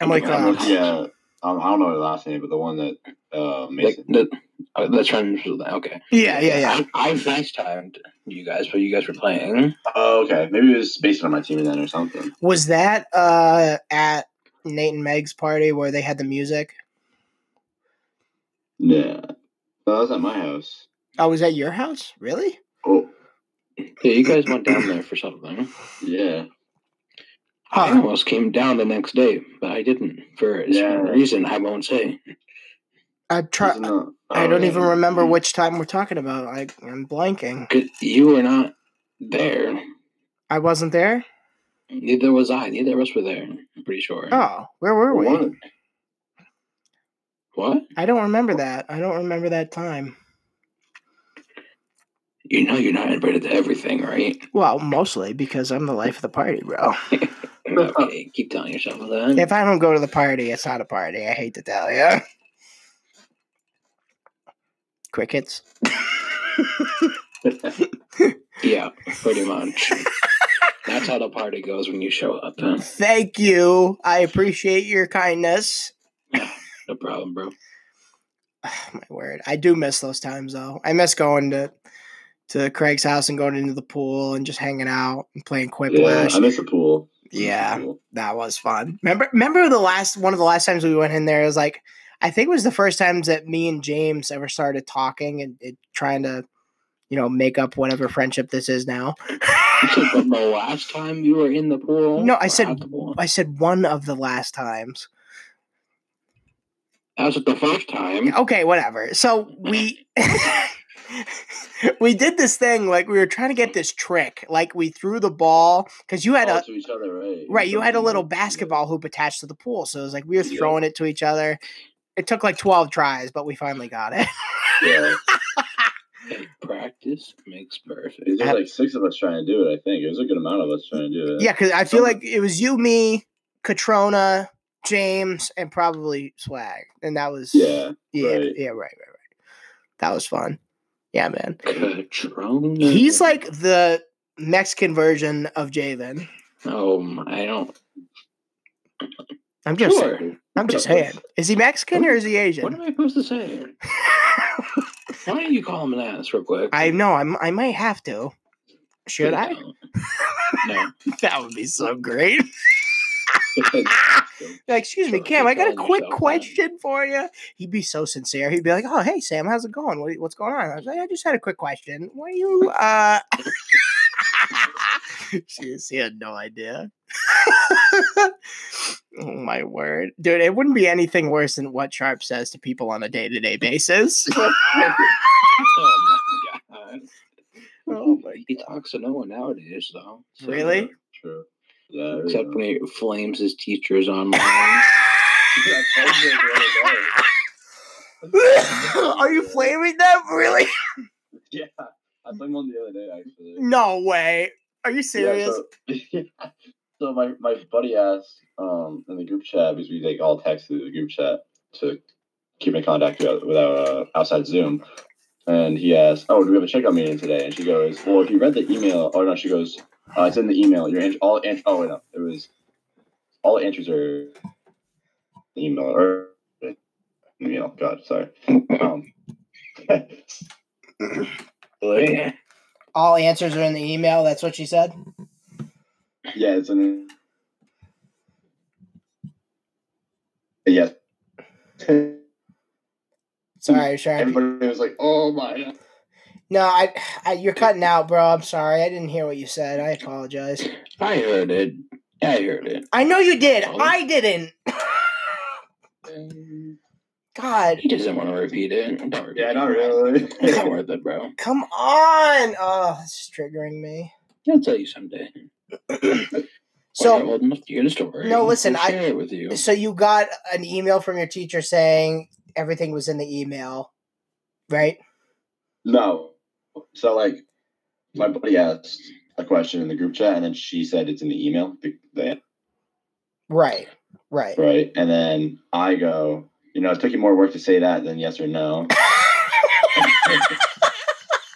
Speaker 1: Emily
Speaker 2: Yeah,
Speaker 1: Cox.
Speaker 2: was-
Speaker 3: Yeah, um, I don't know her last name, but the one that uh,
Speaker 2: Like
Speaker 3: Mason.
Speaker 2: the oh, that's trying to okay.
Speaker 1: Yeah, yeah, yeah.
Speaker 2: I, I nice timed you guys but you guys were playing.
Speaker 3: Oh, okay. Maybe it was Mason on my team then or something.
Speaker 1: Was that uh at Nate and Meg's party where they had the music?
Speaker 3: Yeah. No, that was at my house.
Speaker 1: Oh, was that your house? Really?
Speaker 3: Oh,
Speaker 2: Yeah, you guys went down there for something.
Speaker 3: yeah.
Speaker 2: I
Speaker 1: Huh.
Speaker 2: almost came down the next day, but I didn't for a
Speaker 3: Yeah.
Speaker 2: certain reason I won't say.
Speaker 1: I try.
Speaker 3: Isn't that-
Speaker 1: I
Speaker 3: oh,
Speaker 1: don't
Speaker 3: yeah.
Speaker 1: even remember which time we're talking about. I, I'm blanking.
Speaker 2: 'Cause you were not there.
Speaker 1: I wasn't there.
Speaker 2: Neither was I. Neither of us were there. I'm pretty sure.
Speaker 1: Oh, where were we?
Speaker 3: One.
Speaker 2: What?
Speaker 1: I don't remember that. I don't remember that time.
Speaker 2: You know you're not invited to everything, right?
Speaker 1: Well, mostly because I'm the life of the party, bro.
Speaker 2: okay, keep telling yourself that.
Speaker 1: If I don't go to the party, it's not a party. I hate to tell you. Crickets.
Speaker 2: Yeah, pretty much. That's how the party goes when you show up. huh?
Speaker 1: Thank you. I appreciate your kindness.
Speaker 2: No problem, bro.
Speaker 1: Oh, my word, I do miss those times though. I miss going to to Craig's house and going into the pool and just hanging out and playing
Speaker 3: Yeah,
Speaker 1: Quiplash.
Speaker 3: I miss the pool.
Speaker 1: Yeah.
Speaker 3: Cool.
Speaker 1: that was fun. Remember, remember the last one of the last times we went in there it was like, I think it was the first times that me and James ever started talking and, and trying to, you know, make up whatever friendship this is now.
Speaker 2: You said from the last time you were in the pool?
Speaker 1: No, I
Speaker 2: Or
Speaker 1: said-
Speaker 2: at the pool?
Speaker 1: I said one of the last times.
Speaker 2: That was the first time.
Speaker 1: Okay, whatever. So we we did this thing like we were trying to get this trick. Like we threw the ball because you had
Speaker 3: Oh,
Speaker 1: a
Speaker 3: to each other, right?
Speaker 1: right, you had a little
Speaker 3: Yeah.
Speaker 1: basketball hoop attached to the pool. So it was like we were
Speaker 3: Yeah.
Speaker 1: throwing it to each other. It took like twelve tries, but we finally got it.
Speaker 3: Yeah.
Speaker 2: Hey, practice makes perfect.
Speaker 3: There's like six of us trying to do it, I think. There's a good amount of us trying to do it.
Speaker 1: Yeah, because I feel
Speaker 3: Some-
Speaker 1: like it was you, me, Katrona, James, and probably Swag, and that was
Speaker 3: Yeah.
Speaker 1: yeah,
Speaker 3: right.
Speaker 1: yeah, right, right, right. That was fun. Yeah, man.
Speaker 2: Catrona.
Speaker 1: He's like the Mexican version of Javen.
Speaker 2: Oh, I don't.
Speaker 1: I'm just,
Speaker 2: sure.
Speaker 1: I'm just saying. Is he Mexican or is he
Speaker 2: What
Speaker 1: Asian?
Speaker 2: am I supposed to say? Why don't you call him an ass real quick?
Speaker 1: I know. I'm. I might have to. Should
Speaker 2: Put it
Speaker 1: I?
Speaker 2: down. no.
Speaker 1: That would be so great.
Speaker 3: So,
Speaker 1: Like, excuse me,
Speaker 2: Sure,
Speaker 1: Cam.
Speaker 2: keep
Speaker 1: I got a
Speaker 2: telling
Speaker 1: quick
Speaker 2: yourself that.
Speaker 1: question for you. He'd be so sincere. He'd be like, "Oh, hey, Sam, how's it going? What, what's going on?" I was like, "I just had a quick question. Why you?" uh She she had no idea. oh my word, dude! It wouldn't be anything worse than what Sharp says to people on a day-to-day basis.
Speaker 2: Oh my god.
Speaker 1: oh my
Speaker 2: He talks to no one nowadays, though. So-
Speaker 1: Really?
Speaker 3: True. Yeah. there we
Speaker 2: Except
Speaker 3: go.
Speaker 2: when he flames his teachers online.
Speaker 3: Yeah, I told you the other day.
Speaker 1: Are you flaming them? Really?
Speaker 3: Yeah, I played one the other day actually.
Speaker 1: No way. Are you
Speaker 3: Yeah,
Speaker 1: serious?
Speaker 3: so, so my my buddy asked um in the group chat because we like all text through the group chat to keep in contact without, without uh, outside Zoom, and he asked, "Oh, do we have a checkout meeting today?" And she goes, "Well, if you read the email, oh no," she goes, uh, "It's in the email. Your ent- all ent- oh wait, no, it was all entries are the email or email. God, sorry." Um,
Speaker 2: Like,
Speaker 1: All answers are in the email. That's what she said.
Speaker 3: Yeah, it's an. Yes.
Speaker 1: Sorry, I was trying. to-
Speaker 3: Everybody was like, "Oh my!"
Speaker 1: No, I, I you're cutting out, bro. I'm sorry. I didn't hear what you said. I apologize.
Speaker 2: I heard it. I heard it.
Speaker 1: I know you did. I didn't. Mm. God,
Speaker 2: He doesn't want to repeat it. Don't repeat
Speaker 3: Yeah,
Speaker 2: it.
Speaker 3: not really.
Speaker 2: It's not worth it, bro.
Speaker 1: come on. Oh, this is triggering me.
Speaker 2: He'll tell you someday. when you're
Speaker 1: So,
Speaker 2: old enough to hear the story.
Speaker 1: No, listen,
Speaker 2: he'll
Speaker 1: I-
Speaker 2: share it with you.
Speaker 1: so you got an email from your teacher saying everything was in the email, right?
Speaker 3: no. So like, my buddy asked a question in the group chat, and then she said it's in the email, the- the-
Speaker 1: Right. Right.
Speaker 3: right? And then I go, you know, it took you more work to say that than yes or no.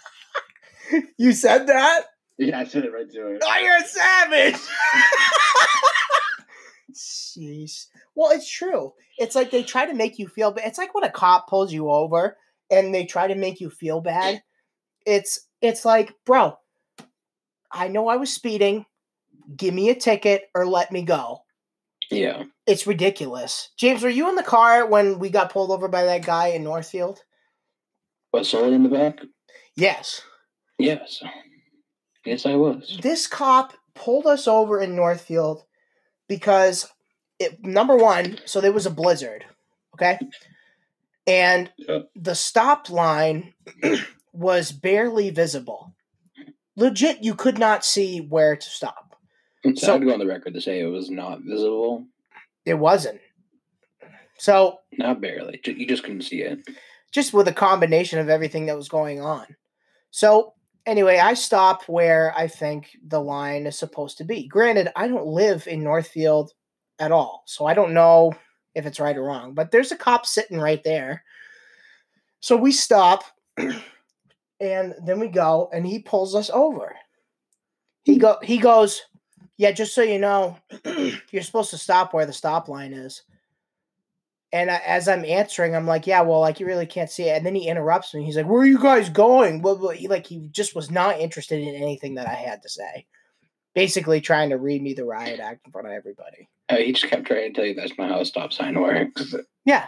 Speaker 1: You said that?
Speaker 3: yeah, I said it right to her.
Speaker 1: Oh, you're a savage. Jeez. Well, it's true. It's like they try to make you feel bad. It's like when a cop pulls you over and they try to make you feel bad. It's it's like, bro, I know I was speeding. Give me a ticket or let me go.
Speaker 2: Yeah.
Speaker 1: It's ridiculous. James, were you in the car when we got pulled over by that guy in Northfield?
Speaker 2: Was someone in the back?
Speaker 1: Yes.
Speaker 2: Yes. Yes, I was.
Speaker 1: this cop pulled us over in Northfield because it, number one, so there was a blizzard, okay, and
Speaker 3: Yeah.
Speaker 1: the stop line was barely visible. Legit, you could not see where to stop.
Speaker 2: So
Speaker 1: So-
Speaker 2: I'd go on the record to say it was not visible.
Speaker 1: It wasn't. So
Speaker 2: Not barely. Ju- You just couldn't see it.
Speaker 1: just with a combination of everything that was going on. So anyway, I stop where I think the line is supposed to be. Granted, I don't live in Northfield at all, so I don't know if it's right or wrong, but there's a cop sitting right there. So we stop and then we go and he pulls us over. He go he goes, "Yeah, just so you know, you're supposed to stop where the stop line is." And I, as I'm answering, I'm like, yeah, well, like you really can't see it. And then he interrupts me. He's like, where are you guys going? Blah, blah. He, like he just was not interested in anything that I had to say. Basically, trying to read me the riot act in front of everybody.
Speaker 2: Uh, he just kept trying to tell you that's not how a stop sign works.
Speaker 1: Yeah.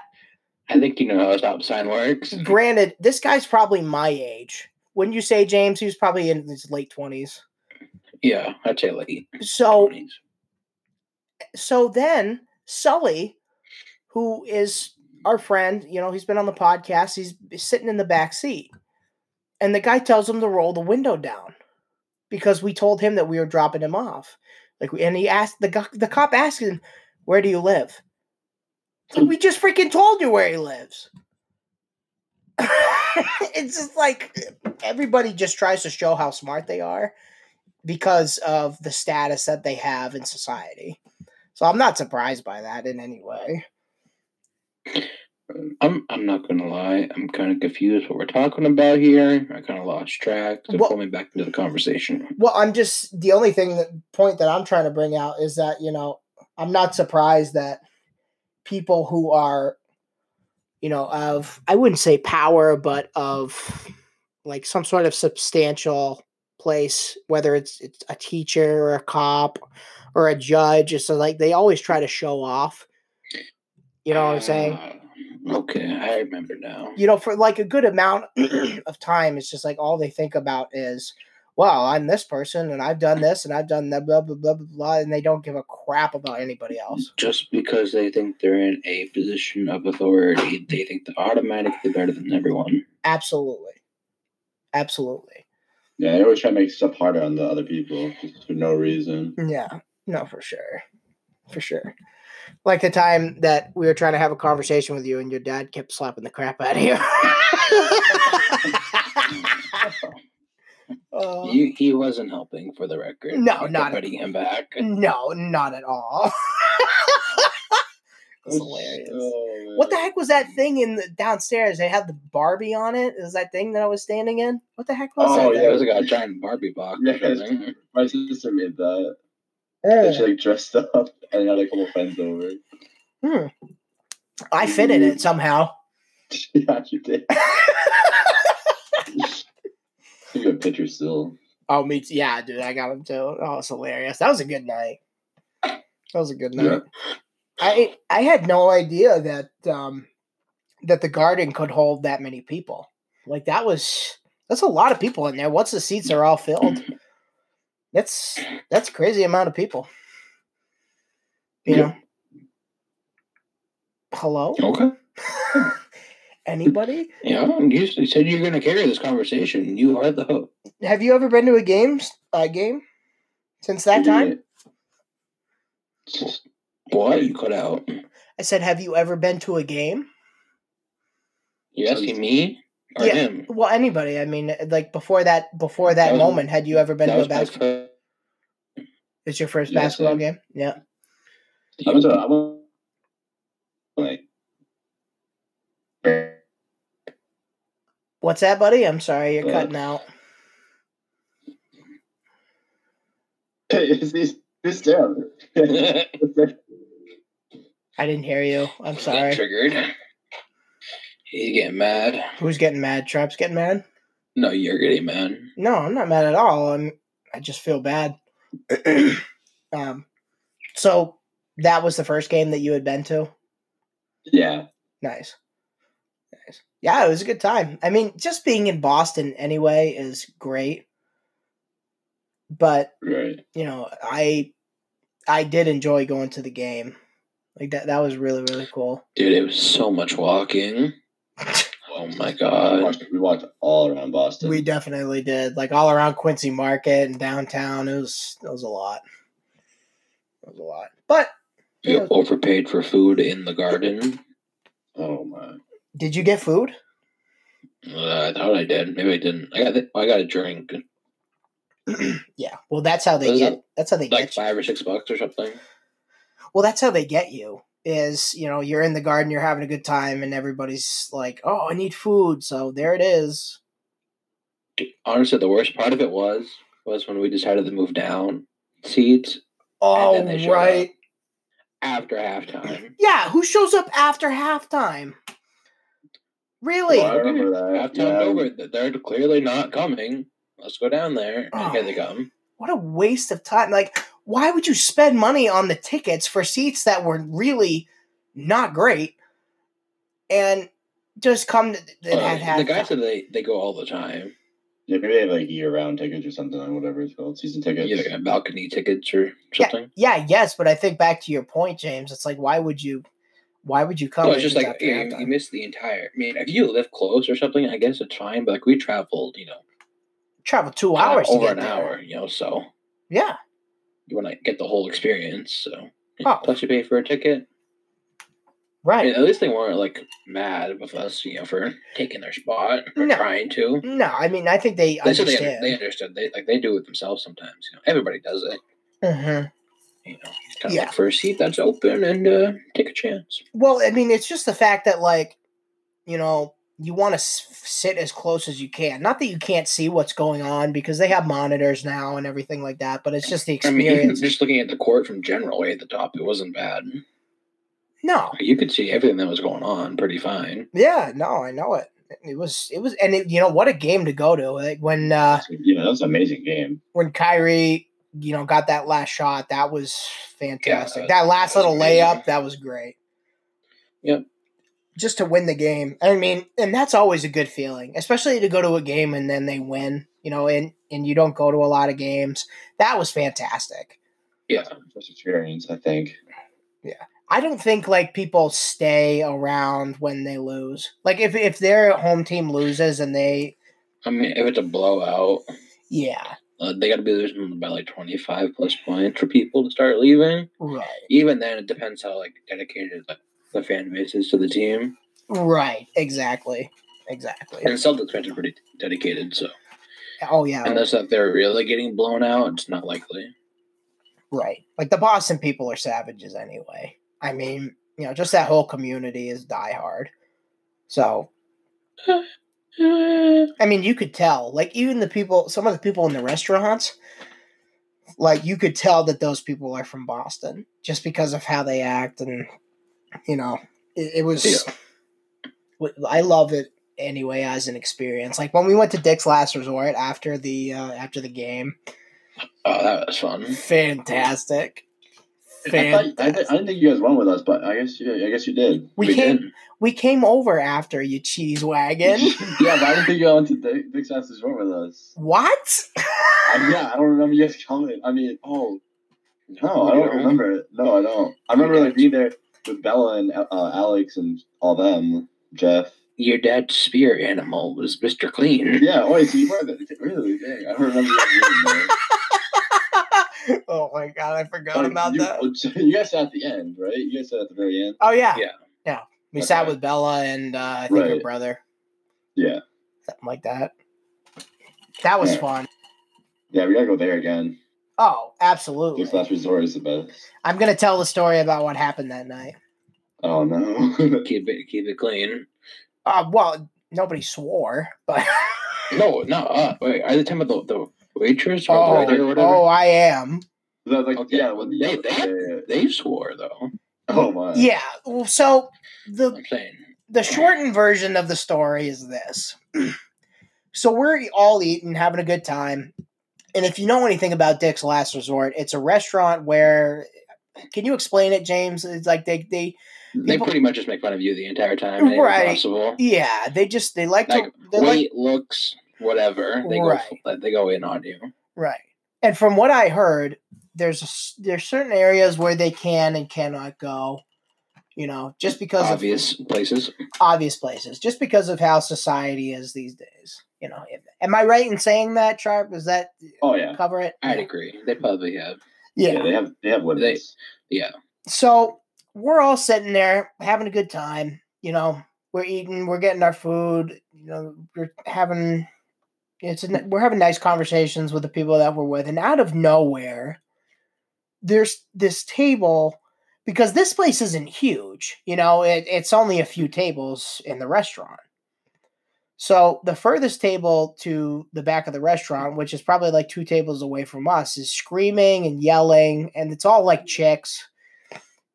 Speaker 2: I think you know how a stop sign works.
Speaker 1: Granted, this guy's probably my age. Wouldn't you say, James? He was probably in his late twenties.
Speaker 2: Yeah, I'd say late
Speaker 1: So,
Speaker 2: 20s.
Speaker 1: so then Sully, who is our friend, you know, he's been on the podcast. He's sitting in the back seat, and the guy tells him to roll the window down because we told him that we were dropping him off. Like, we, and he asked the gu- the cop asked him, "Where do you live?" It's like, we just freaking told you where he lives. it's just like everybody just tries to show how smart they are because of the status that they have in society. So I'm not surprised by that in any way.
Speaker 2: I'm I'm not gonna lie. I'm kind of confused what we're talking about here. I kind of lost track. So
Speaker 1: Well-
Speaker 2: pull me back into the conversation.
Speaker 1: Well, I'm just the only thing that point that I'm trying to bring out is that, you know, I'm not surprised that people who are you know, of I wouldn't say power, but of like some sort of substantial place, whether it's it's a teacher or a cop or a judge, it's like they always try to show off. You know what I'm saying?
Speaker 2: Uh, okay, I remember now.
Speaker 1: you know, for like a good amount of time, it's just like all they think about is, well, I'm this person and I've done this and I've done that, blah, blah, blah, blah, blah, and they don't give a crap about anybody else.
Speaker 2: Just because they think they're in a position of authority, they think they're automatically better than everyone.
Speaker 1: Absolutely. Absolutely.
Speaker 3: Yeah, they always try to make stuff harder on the other people just for no reason.
Speaker 1: Yeah. No, for sure. For sure. Like the time that we were trying to have a conversation with you and your dad kept slapping the crap out of you. Oh.
Speaker 2: You, he wasn't helping for the record.
Speaker 1: No,
Speaker 2: You're
Speaker 1: not at
Speaker 2: putting him back.
Speaker 1: no, not at all. That's hilarious.
Speaker 3: Oh,
Speaker 1: What the
Speaker 3: man.
Speaker 1: heck was that thing in the downstairs? They had the Barbie on it. It was that thing that I was standing in. What the heck was
Speaker 3: Oh,
Speaker 1: that?
Speaker 2: yeah, it
Speaker 1: thing?
Speaker 2: was like a giant Barbie box. or
Speaker 3: Yes.
Speaker 2: something.
Speaker 3: My sister made that.
Speaker 1: Oh.
Speaker 3: And she like dressed up and had a couple friends over.
Speaker 1: Hmm. I fit in it somehow.
Speaker 3: yeah, she did. She got a picture still.
Speaker 1: Oh, me too. Yeah, dude, I got him too. Oh, it's hilarious. That was a good night. That was a good night.
Speaker 3: Yeah.
Speaker 1: I I had no idea that um that the garden could hold that many people. Like that was that's a lot of people in there. Once the seats are all filled, that's that's a crazy amount of people. You
Speaker 2: Yeah.
Speaker 1: know. Hello?
Speaker 2: Okay.
Speaker 1: Anybody?
Speaker 2: Yeah, you s- you said you're going to carry this conversation. You are the host.
Speaker 1: Have you ever been to a game uh, game since that time?
Speaker 2: What? You cut out.
Speaker 1: I said, have you ever been to a game?
Speaker 2: You asking me or
Speaker 1: Yeah.
Speaker 2: him?
Speaker 1: Well, anybody. I mean, like before that, before that,
Speaker 2: That was-
Speaker 1: moment, had you ever been
Speaker 2: That
Speaker 1: to a
Speaker 2: was my
Speaker 1: basketball?
Speaker 2: first.
Speaker 1: It's your first
Speaker 3: Yeah,
Speaker 1: basketball
Speaker 3: same.
Speaker 1: game. Yeah.
Speaker 3: I was, uh, I was like,
Speaker 1: What's that, buddy? I'm sorry, you're
Speaker 3: Uh,
Speaker 1: cutting out.
Speaker 3: is this this down?
Speaker 1: I didn't hear you. I'm
Speaker 2: Got
Speaker 1: sorry.
Speaker 2: Triggered. He's getting mad.
Speaker 1: Who's getting mad? Trap's getting mad.
Speaker 2: No, you're getting mad.
Speaker 1: No, I'm not mad at all. I'm. I just feel bad. um. So that was the first game that you had been to.
Speaker 3: yeah,
Speaker 1: Nice. Nice. Yeah, it was a good time. I mean, just being in Boston anyway is great. But
Speaker 3: right.
Speaker 1: you know, I I did enjoy going to the game. Like that that was really, really cool.
Speaker 2: Dude, it was so much walking. Oh my
Speaker 3: we,
Speaker 2: god.
Speaker 3: walked, we walked all around Boston.
Speaker 1: We definitely did. Like all around Quincy Market and downtown. It was it was a lot. It was a lot. But
Speaker 2: You overpaid for food in the garden.
Speaker 3: oh my.
Speaker 1: did you get food?
Speaker 2: Uh, I thought I did. Maybe I didn't. I got I got a drink,
Speaker 1: Yeah. Well that's how they
Speaker 2: Was
Speaker 1: get
Speaker 2: it
Speaker 1: that's how they
Speaker 2: like
Speaker 1: get you.
Speaker 2: five or six bucks or something.
Speaker 1: Well that's how they get you is you know, you're in the garden, you're having a good time and everybody's like, Oh, I need food, so there it is.
Speaker 2: Honestly, the worst part of it was was when we decided to move down seats
Speaker 1: Oh
Speaker 2: then they showed
Speaker 1: right.
Speaker 2: after halftime.
Speaker 1: Yeah, who shows up after halftime? Really?
Speaker 3: Well, I remember that.
Speaker 2: Halftime's
Speaker 3: Yeah.
Speaker 2: over. They're clearly not coming. Let's go down there.
Speaker 1: Oh.
Speaker 2: Here they come.
Speaker 1: what a waste of time. Like, why would you spend money on the tickets for seats that were really not great and just come to that
Speaker 2: Uh,
Speaker 1: had half
Speaker 2: the guy said they, they go all the time.
Speaker 3: Yeah, maybe they have like year-round tickets or something, or whatever it's called, season tickets.
Speaker 2: You know, balcony tickets or something.
Speaker 1: Yeah, yes, but I think back to your point, James, it's like why would you why would you come?
Speaker 2: No,
Speaker 1: if
Speaker 2: it's just
Speaker 1: it's
Speaker 2: like
Speaker 1: after
Speaker 2: yeah, you,
Speaker 1: halftime?
Speaker 2: you miss the entire. I mean, if you live close or something, I guess it's fine. But like we traveled, you know,
Speaker 1: travel two hours to
Speaker 2: over
Speaker 1: get
Speaker 2: an
Speaker 1: there.
Speaker 2: hour, you know, so
Speaker 1: Yeah.
Speaker 2: you want to get the whole experience. So
Speaker 1: Oh.
Speaker 2: plus you pay for a ticket. I mean,
Speaker 1: Right.
Speaker 2: at least they weren't like mad with us, you know, for taking their spot or
Speaker 1: No.
Speaker 2: trying to.
Speaker 1: No, I mean I think they
Speaker 2: They said they, under-
Speaker 1: understand.
Speaker 2: they understood. They like they do it themselves sometimes. You know, everybody does it.
Speaker 1: Mhm.
Speaker 2: You know, kind of
Speaker 1: Yeah.
Speaker 2: look for a seat that's open and uh, take a chance.
Speaker 1: Well, I mean, it's just the fact that, like, you know, you want to s- sit as close as you can. Not that you can't see what's going on because they have monitors now and everything like that, but it's just the
Speaker 2: I mean, even
Speaker 1: experience.
Speaker 2: just looking at the court from general way at the top, it wasn't bad.
Speaker 1: no,
Speaker 2: You could see everything that was going on pretty fine.
Speaker 1: yeah, no, I know it. It was, it was, and it, you know what a game to go to. Like when, uh
Speaker 3: You know, that was an amazing game.
Speaker 1: when Kyrie, you know, got that last shot, that was fantastic.
Speaker 2: that-
Speaker 1: that last
Speaker 2: that was
Speaker 1: little
Speaker 2: amazing.
Speaker 1: layup, that was great.
Speaker 2: Yep.
Speaker 1: Just to win the game. I mean, and that's always a good feeling, especially to go to a game and then they win, you know, and and you don't go to a lot of games. That was fantastic.
Speaker 2: Yeah.
Speaker 3: First experience, I think.
Speaker 1: I don't think like people stay around when they lose. Like if if their home team loses and they
Speaker 2: I mean, if it's a blowout,
Speaker 1: yeah,
Speaker 2: uh, they got to be losing by like 25 plus points for people to start leaving.
Speaker 1: right.
Speaker 2: Even then, it depends how like dedicated like, the fan base is to the team.
Speaker 1: Right, exactly. Exactly.
Speaker 2: And Celtics fans are pretty dedicated, so
Speaker 1: Oh yeah.
Speaker 2: unless that they're really getting blown out, it's not likely.
Speaker 1: Right. Like the Boston people are savages anyway. I mean, you know, just that whole community is diehard. So, I mean, you could tell, like, even the people, some of the people in the restaurants, like, you could tell that those people are from Boston just because of how they act. And, you know, it, it was,
Speaker 2: Yeah.
Speaker 1: w- I love it. anyway as an experience. Like when we went to Dick's Last Resort after the uh, after the game,
Speaker 2: Oh, that was fun.
Speaker 1: fantastic.
Speaker 3: Mm-hmm. I, thought, I,
Speaker 1: Fantastic.
Speaker 3: I didn't think you guys won with us, but I guess you, I guess you did.
Speaker 1: We came- We came over after you cheese wagon.
Speaker 3: yeah, but I didn't think you all went to Dick- Dick's Ass Resort with us.
Speaker 1: what?
Speaker 3: I, yeah, I don't remember you guys coming. I mean, oh no, I
Speaker 2: You
Speaker 3: don't remember. it. No, I don't. I remember like being there with Bella and uh, Alex and all them. Jeff.
Speaker 2: Your dad's spear animal was
Speaker 1: Mm-hmm.
Speaker 2: Mr. Clean.
Speaker 3: Yeah. Wait. So you were there? Really? Dang. I don't remember you guys being there.
Speaker 1: oh my god, I forgot
Speaker 3: Like,
Speaker 1: about
Speaker 3: you, oh,
Speaker 1: that.
Speaker 3: You guys sat at the end, right? You guys sat at the very end.
Speaker 1: Oh yeah.
Speaker 2: Yeah.
Speaker 1: Yeah. We
Speaker 3: Okay.
Speaker 1: sat with Bella and uh, I think her
Speaker 3: Right.
Speaker 1: brother,
Speaker 3: Yeah.
Speaker 1: something like that. That was
Speaker 3: Yeah.
Speaker 1: fun.
Speaker 3: Yeah. We gotta go there again.
Speaker 1: Oh, absolutely.
Speaker 3: Dick's Last Resort is the best.
Speaker 1: I'm gonna tell the story about what happened that night.
Speaker 3: Oh no.
Speaker 2: Keep it, keep it clean.
Speaker 1: Uh, well, nobody swore, but
Speaker 2: No, no. Uh, wait, are you talking about the, the waitress or
Speaker 1: oh,
Speaker 2: waiter or whatever?
Speaker 1: oh, I am.
Speaker 3: That, like,
Speaker 2: Okay.
Speaker 3: Yeah. When the,
Speaker 2: They- they-
Speaker 3: yeah, yeah, yeah.
Speaker 2: They swore though.
Speaker 3: Oh my.
Speaker 1: Yeah. Well, so the
Speaker 2: I'm saying.
Speaker 1: the shortened version of the story is this. so we're all eating, having a good time. And if you know anything about Dick's Last Resort, it's a restaurant where can you explain it, James? It's like they they
Speaker 2: They
Speaker 1: People-
Speaker 2: pretty much just make fun of you the entire time. any way
Speaker 1: Right.
Speaker 2: Possible.
Speaker 1: yeah, they just they like to
Speaker 2: Like
Speaker 1: they like
Speaker 2: weight, looks, whatever. They go.
Speaker 1: Right.
Speaker 2: f- They go in on you.
Speaker 1: right. And from what I heard, there's a s there's certain areas where they can and cannot go, you know, just because of
Speaker 2: Obvious places.
Speaker 1: obvious places just because of how society is these days. You know, if- am I right in saying that, Sharp? Does that
Speaker 3: Oh yeah.
Speaker 1: cover it?
Speaker 2: I'd agree. They probably have.
Speaker 1: Yeah.
Speaker 3: Yeah. They have. They have limits.
Speaker 1: So we're all sitting there having a good time. You know, we're eating, we're getting our food. You know, we're having it's a, we're having nice conversations with the people that we're with, and out of nowhere, there's this table because this place isn't huge. You know, it, it's only a few tables in the restaurant. So the furthest table to the back of the restaurant, which is probably like two tables away from us, is screaming and yelling, and it's all like chicks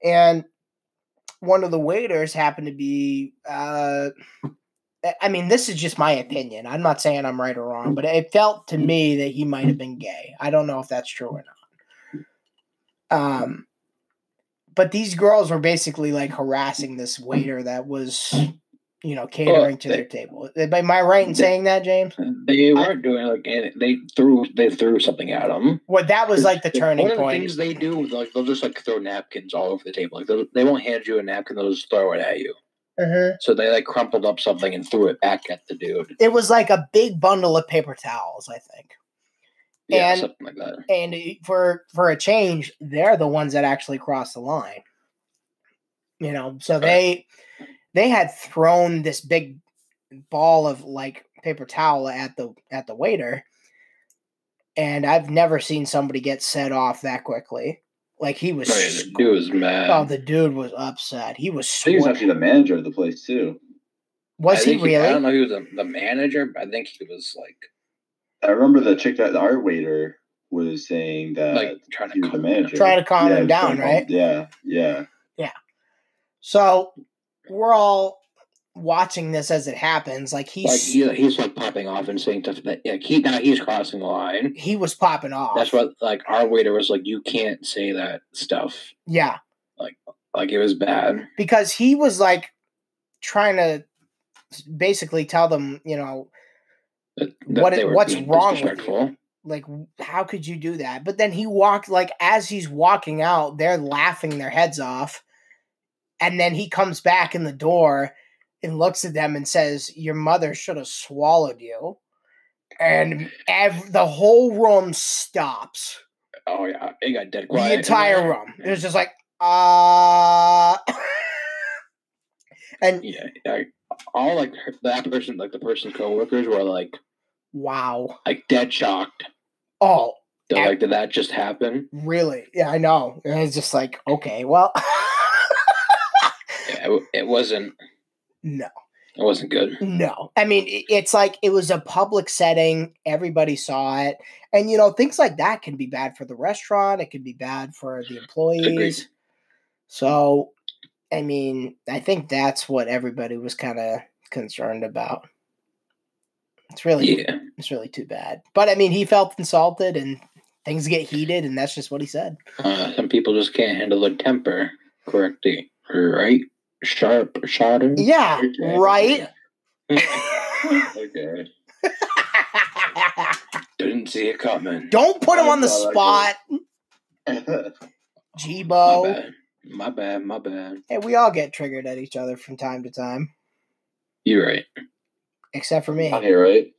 Speaker 1: and one of the waiters happened to be uh I- i mean this is just my opinion i'm not saying i'm right or wrong but it felt to me that he might have been gay i don't know if that's true or not um but these girls were basically like harassing this waiter that was you know catering to
Speaker 2: they-
Speaker 1: their table am i right in
Speaker 2: they-
Speaker 1: saying that james
Speaker 2: They weren't doing like any, they threw they threw something at them.
Speaker 1: what that was like the turning
Speaker 2: One of the
Speaker 1: point
Speaker 2: things they do is like they'll just like throw napkins all over the table. Like they'll- they won't hand you a napkin; they'll just throw it at you.
Speaker 1: uh-huh.
Speaker 2: So they like crumpled up something and threw it back at the dude.
Speaker 1: it was like a big bundle of paper towels i think
Speaker 2: Yeah,
Speaker 1: And-
Speaker 2: something like that.
Speaker 1: and it- for for a change, they're the ones that actually cross the line. You know, so they they had thrown this big ball of like paper towel at the at the waiter, and I've never seen somebody get set off that quickly. Like he was,
Speaker 2: Oh, yeah, the dude was mad.
Speaker 1: oh, the dude was upset. He was
Speaker 3: I think he's
Speaker 1: sweating.
Speaker 3: actually the manager of the place too.
Speaker 2: I
Speaker 1: Was he
Speaker 2: think I
Speaker 1: really?
Speaker 2: don't know. if He was the, the manager. But I think he was like
Speaker 3: I remember the chick that our waiter was saying that
Speaker 2: like trying
Speaker 3: he
Speaker 2: to
Speaker 3: was the
Speaker 2: calm
Speaker 3: manager.
Speaker 1: Trying to calm
Speaker 3: Yeah,
Speaker 1: him
Speaker 3: he was
Speaker 1: down,
Speaker 3: trying to calm-
Speaker 1: right?
Speaker 3: Yeah, yeah.
Speaker 1: So we're all watching this as it happens. Like he's
Speaker 2: Like he, he's like popping off and saying stuff that like he now he's crossing the line.
Speaker 1: he was popping off.
Speaker 2: That's what like our waiter was like. You can't say that stuff.
Speaker 1: Yeah.
Speaker 2: Like it was bad.
Speaker 1: because he was like trying to basically tell them, you know,
Speaker 2: That,
Speaker 1: What-
Speaker 2: they were
Speaker 1: what's
Speaker 2: being
Speaker 1: wrong with you?
Speaker 2: disrespectful.
Speaker 1: like how could you do that? But then he walked like as he's walking out, they're laughing their heads off. And then he comes back in the door and looks at them and says, "Your mother should have swallowed you." And ev- the whole room stops.
Speaker 2: Oh yeah, it got dead quiet.
Speaker 1: the
Speaker 2: in
Speaker 1: entire
Speaker 2: there.
Speaker 1: room. It was just like, uh and
Speaker 2: Yeah, like, all like her- that person, like the person's coworkers were like
Speaker 1: wow.
Speaker 2: like dead shocked.
Speaker 1: Oh,
Speaker 2: They're
Speaker 1: Ab-
Speaker 2: like, did that just happen?
Speaker 1: Really? Yeah, I know. And it's just like, okay, well,
Speaker 2: Yeah, it, it wasn't.
Speaker 1: no,
Speaker 2: It wasn't good.
Speaker 1: no. I mean, i- it's like it was a public setting. Everybody saw it. And, you know, things like that can be bad for the restaurant. It can be bad for the employees.
Speaker 2: Agreed.
Speaker 1: So, I mean, I think that's what everybody was kind of concerned about. It's really
Speaker 2: Yeah.
Speaker 1: it's really too bad. But I mean, he felt insulted and things get heated and that's just what he said.
Speaker 2: Uh, some people just can't handle their temper correctly, right? Sharp, shorter.
Speaker 1: Yeah, right.
Speaker 2: Okay. Didn't see it coming.
Speaker 1: Don't put him on the
Speaker 3: I
Speaker 1: spot,
Speaker 3: like
Speaker 2: Oh, My
Speaker 1: Gbo.
Speaker 2: bad. My bad. My bad.
Speaker 1: Hey, we all get triggered at each other from time to time,
Speaker 2: You're right.
Speaker 1: except for me.
Speaker 3: down here, right?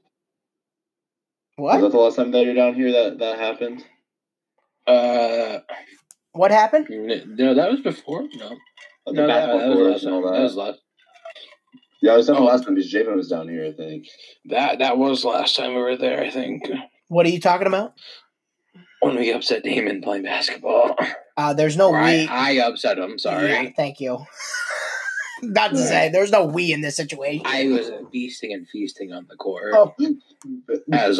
Speaker 1: What?
Speaker 3: Was that the last time that you're down here that that happened?
Speaker 2: Uh,
Speaker 1: What happened?
Speaker 2: n- no, that was before. No,
Speaker 3: Like the
Speaker 2: no, that,
Speaker 3: basketball
Speaker 2: that was
Speaker 3: courts
Speaker 2: last
Speaker 3: and
Speaker 2: time.
Speaker 3: all
Speaker 2: That was
Speaker 3: that.
Speaker 2: last.
Speaker 3: Yeah, I was down
Speaker 2: Oh.
Speaker 3: the last time because Javen was down here, I think.
Speaker 2: That that was last time we were there. I think
Speaker 1: What are you talking about?
Speaker 2: when we upset Damon playing basketball.
Speaker 1: Uh, there's no
Speaker 2: Or I,
Speaker 1: we.
Speaker 2: I upset him. Sorry.
Speaker 1: Yeah, thank you. Not to say there's no we in this situation.
Speaker 2: I was feasting and feasting on the court
Speaker 1: Oh.
Speaker 2: as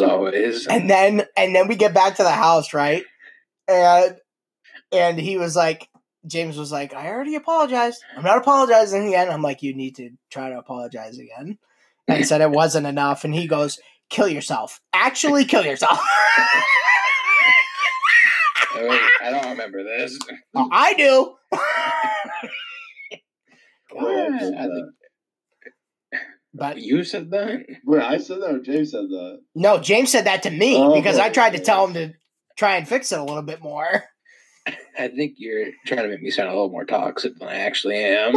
Speaker 2: always.
Speaker 1: and then and then we get back to the house, right? And and he was like, James was like, I already apologized. I'm not apologizing again. I'm like, you need to try to apologize again. And said it wasn't enough. And he goes, kill yourself. Actually, kill yourself.
Speaker 2: Oh, wait, I don't remember this.
Speaker 1: Oh, I do.
Speaker 3: Wait, I
Speaker 2: I
Speaker 3: said that.
Speaker 2: think-
Speaker 1: But
Speaker 2: You said that.
Speaker 3: Wait, I said that or James said that.
Speaker 1: no, James said that to me
Speaker 3: Oh,
Speaker 1: because I tried to
Speaker 3: okay.
Speaker 1: tell him to try and fix it a little bit more.
Speaker 2: I think you're trying to make me sound a little more toxic than I actually am.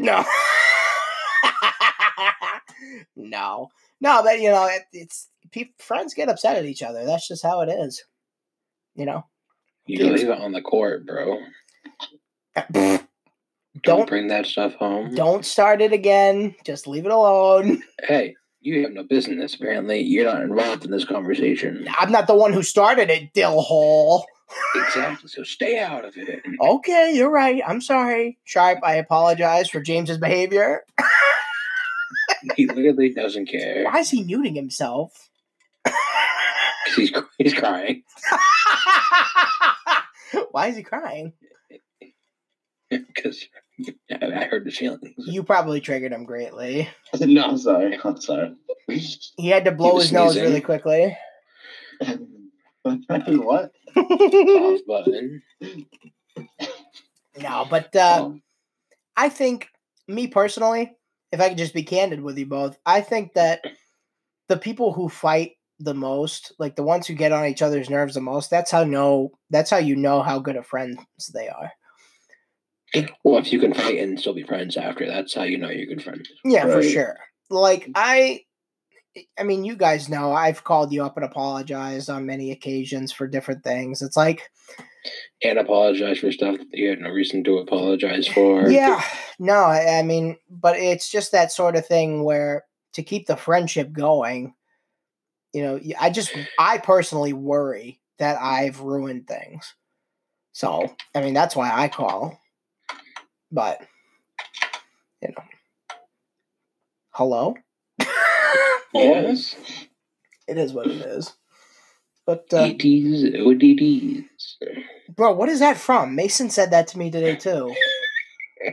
Speaker 1: no. no. No, but you know, it, it's peop friends get upset at each other. That's just how it is. You know.
Speaker 2: You leave it on the court, bro.
Speaker 1: Don't
Speaker 2: Don't,
Speaker 1: Don't-
Speaker 2: bring that stuff home.
Speaker 1: don't start it again. Just leave it alone.
Speaker 2: Hey, you have no business. Apparently, you're not involved in this conversation.
Speaker 1: I'm not the one who started it, Dill Hole.
Speaker 2: Exactly. So stay out of it.
Speaker 1: Okay, you're right. I'm sorry. Sharp, I apologize for James's behavior.
Speaker 2: He literally doesn't care
Speaker 1: Why is he muting himself?
Speaker 2: 'Cause he's he's crying.
Speaker 1: Why is he crying?
Speaker 2: Because I heard the feelings.
Speaker 1: You probably triggered him greatly.
Speaker 3: I said, no, I'm sorry. I'm sorry.
Speaker 1: He had to blow
Speaker 2: was
Speaker 1: his nose
Speaker 2: sneezing.
Speaker 1: really quickly.
Speaker 3: what?
Speaker 1: no,
Speaker 2: Off button.
Speaker 1: but uh,
Speaker 3: Oh,
Speaker 1: I think, me personally, if I could just be candid with you both, I think that the people who fight the most, like the ones who get on each other's nerves the most, that's how know that's how you know how good of friends they are.
Speaker 2: Well, if you can fight and still be friends after, that's how you know you're good friends.
Speaker 1: Yeah, for
Speaker 3: Right.
Speaker 1: sure. Like I I mean, you guys know I've called you up and apologized on many occasions for different things. It's like
Speaker 2: And apologize for stuff that you had no reason to apologize for.
Speaker 1: Yeah, no, I, I mean, but it's just that sort of thing where to keep the friendship going, you know, y- I just, I personally worry that I've ruined things. So, I mean, that's why I call. But, you know, hello?
Speaker 2: Yes.
Speaker 1: It is what it is. But, uh,
Speaker 2: EDs, ODDs.
Speaker 1: bro, what is that from? Mason said that to me today, too.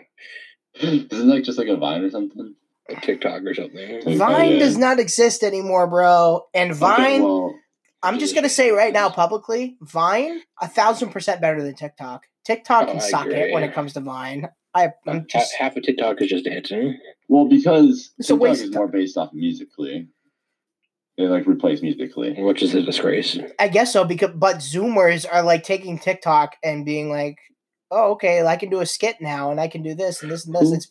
Speaker 3: Isn't that just like a vine or something?
Speaker 2: A TikTok or something.
Speaker 3: Okay,
Speaker 1: Vine
Speaker 3: yeah.
Speaker 1: does not exist anymore, bro. And
Speaker 3: Okay,
Speaker 1: Vine.
Speaker 3: well,
Speaker 1: I'm just gonna say right now publicly, Vine a thousand percent better than TikTok. TikTok
Speaker 2: Oh,
Speaker 1: can
Speaker 2: I
Speaker 1: suck it
Speaker 2: agree.
Speaker 1: when it comes to Vine. I, I'm just
Speaker 2: uh, half, half of TikTok is just dancing.
Speaker 3: well, because
Speaker 1: It's a
Speaker 3: TikTok
Speaker 1: waste
Speaker 3: is
Speaker 1: of
Speaker 3: more based off musically. They like replace musically.
Speaker 2: Which is a disgrace.
Speaker 1: I guess so because but Zoomers are like taking TikTok and being like, oh okay, I can do a skit now and I can do this and this and this. It's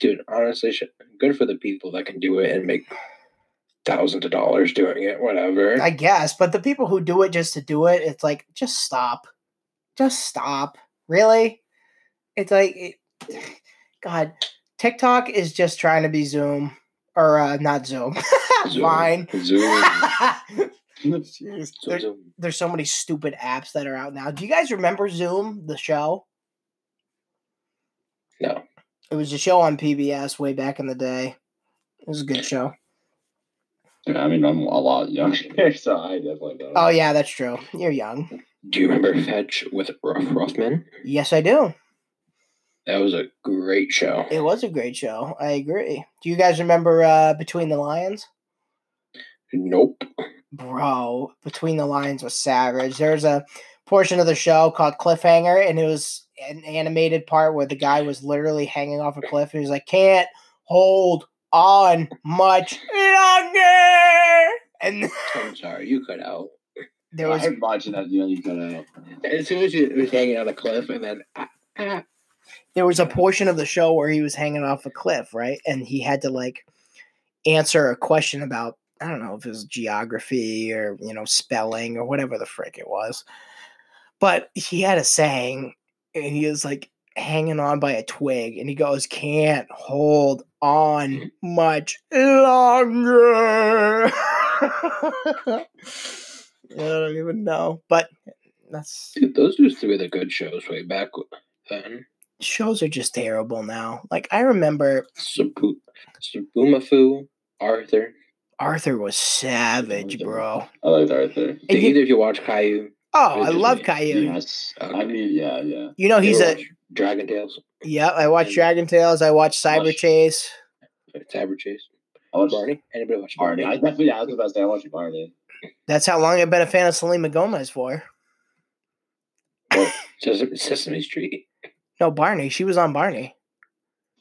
Speaker 2: Dude, honestly, sh- good for the people that can do it and make thousands of dollars doing it, whatever.
Speaker 1: I guess, but the people who do it just to do it, it's like just stop, just stop. Really, it's like, it, God, TikTok is just trying to be Zoom or uh, not Zoom,
Speaker 2: Zoom.
Speaker 1: Vine.
Speaker 2: Zoom.
Speaker 1: Jeez,
Speaker 2: Zoom,
Speaker 1: there,
Speaker 2: Zoom.
Speaker 1: there's so many stupid apps that are out now. Do you guys remember Zoom, the show?
Speaker 2: No.
Speaker 1: It was a show on PBS way back in the day. It was a good show.
Speaker 3: I mean, I'm a lot younger, so I definitely don't.
Speaker 1: Oh yeah, that's true. You're young.
Speaker 2: Do you remember Fetch with Ruff Ruffman?
Speaker 1: Yes, I do.
Speaker 2: That was a great show.
Speaker 1: It was a great show. I agree. Do you guys remember uh, Between the Lions?
Speaker 2: Nope.
Speaker 1: Bro, Between the Lions was savage. There's a portion of the show called Cliffhanger, and it was an animated part where the guy was literally hanging off a cliff, and he was like, "Can't hold on much longer." And
Speaker 2: I'm sorry, you cut out.
Speaker 1: there was
Speaker 3: I'm watching that. You know, you cut out.
Speaker 2: As soon as you was hanging on a cliff, and then ah, ah,
Speaker 1: there was a portion of the show where he was hanging off a cliff, right? And he had to like answer a question about I don't know if it was geography or you know spelling or whatever the frick it was, but he had a saying, and he was like hanging on by a twig, and he goes, "Can't hold on much longer." I don't even know, but that's
Speaker 2: dude, those used to be the good shows way back then.
Speaker 1: shows are just terrible now. Like I remember
Speaker 2: Sabu- Sabumafu, Arthur.
Speaker 1: Arthur was savage, bro.
Speaker 3: I liked Arthur.
Speaker 1: And
Speaker 2: Did
Speaker 1: you-
Speaker 2: either of you watch Caillou?
Speaker 1: Oh, I
Speaker 3: It
Speaker 1: love
Speaker 3: just-
Speaker 1: Caillou.
Speaker 3: Yes. I mean, yeah, yeah.
Speaker 1: You know Oh, he's
Speaker 2: You ever
Speaker 1: a
Speaker 2: watch Dragon Tales,
Speaker 1: yeah. I watch Dragon Tales. I watch Cyber
Speaker 3: Watch-
Speaker 1: Chase.
Speaker 2: Cyber uh, Chase,
Speaker 3: I watched Barney.
Speaker 2: Barney. Anybody watch Barney?
Speaker 3: Barney. I definitely. Yeah, I was about to say I watched Barney.
Speaker 1: That's how long I've been a fan of Selena Gomez for.
Speaker 2: Sesame, Sesame Street.
Speaker 1: No, Barney. She was on Barney.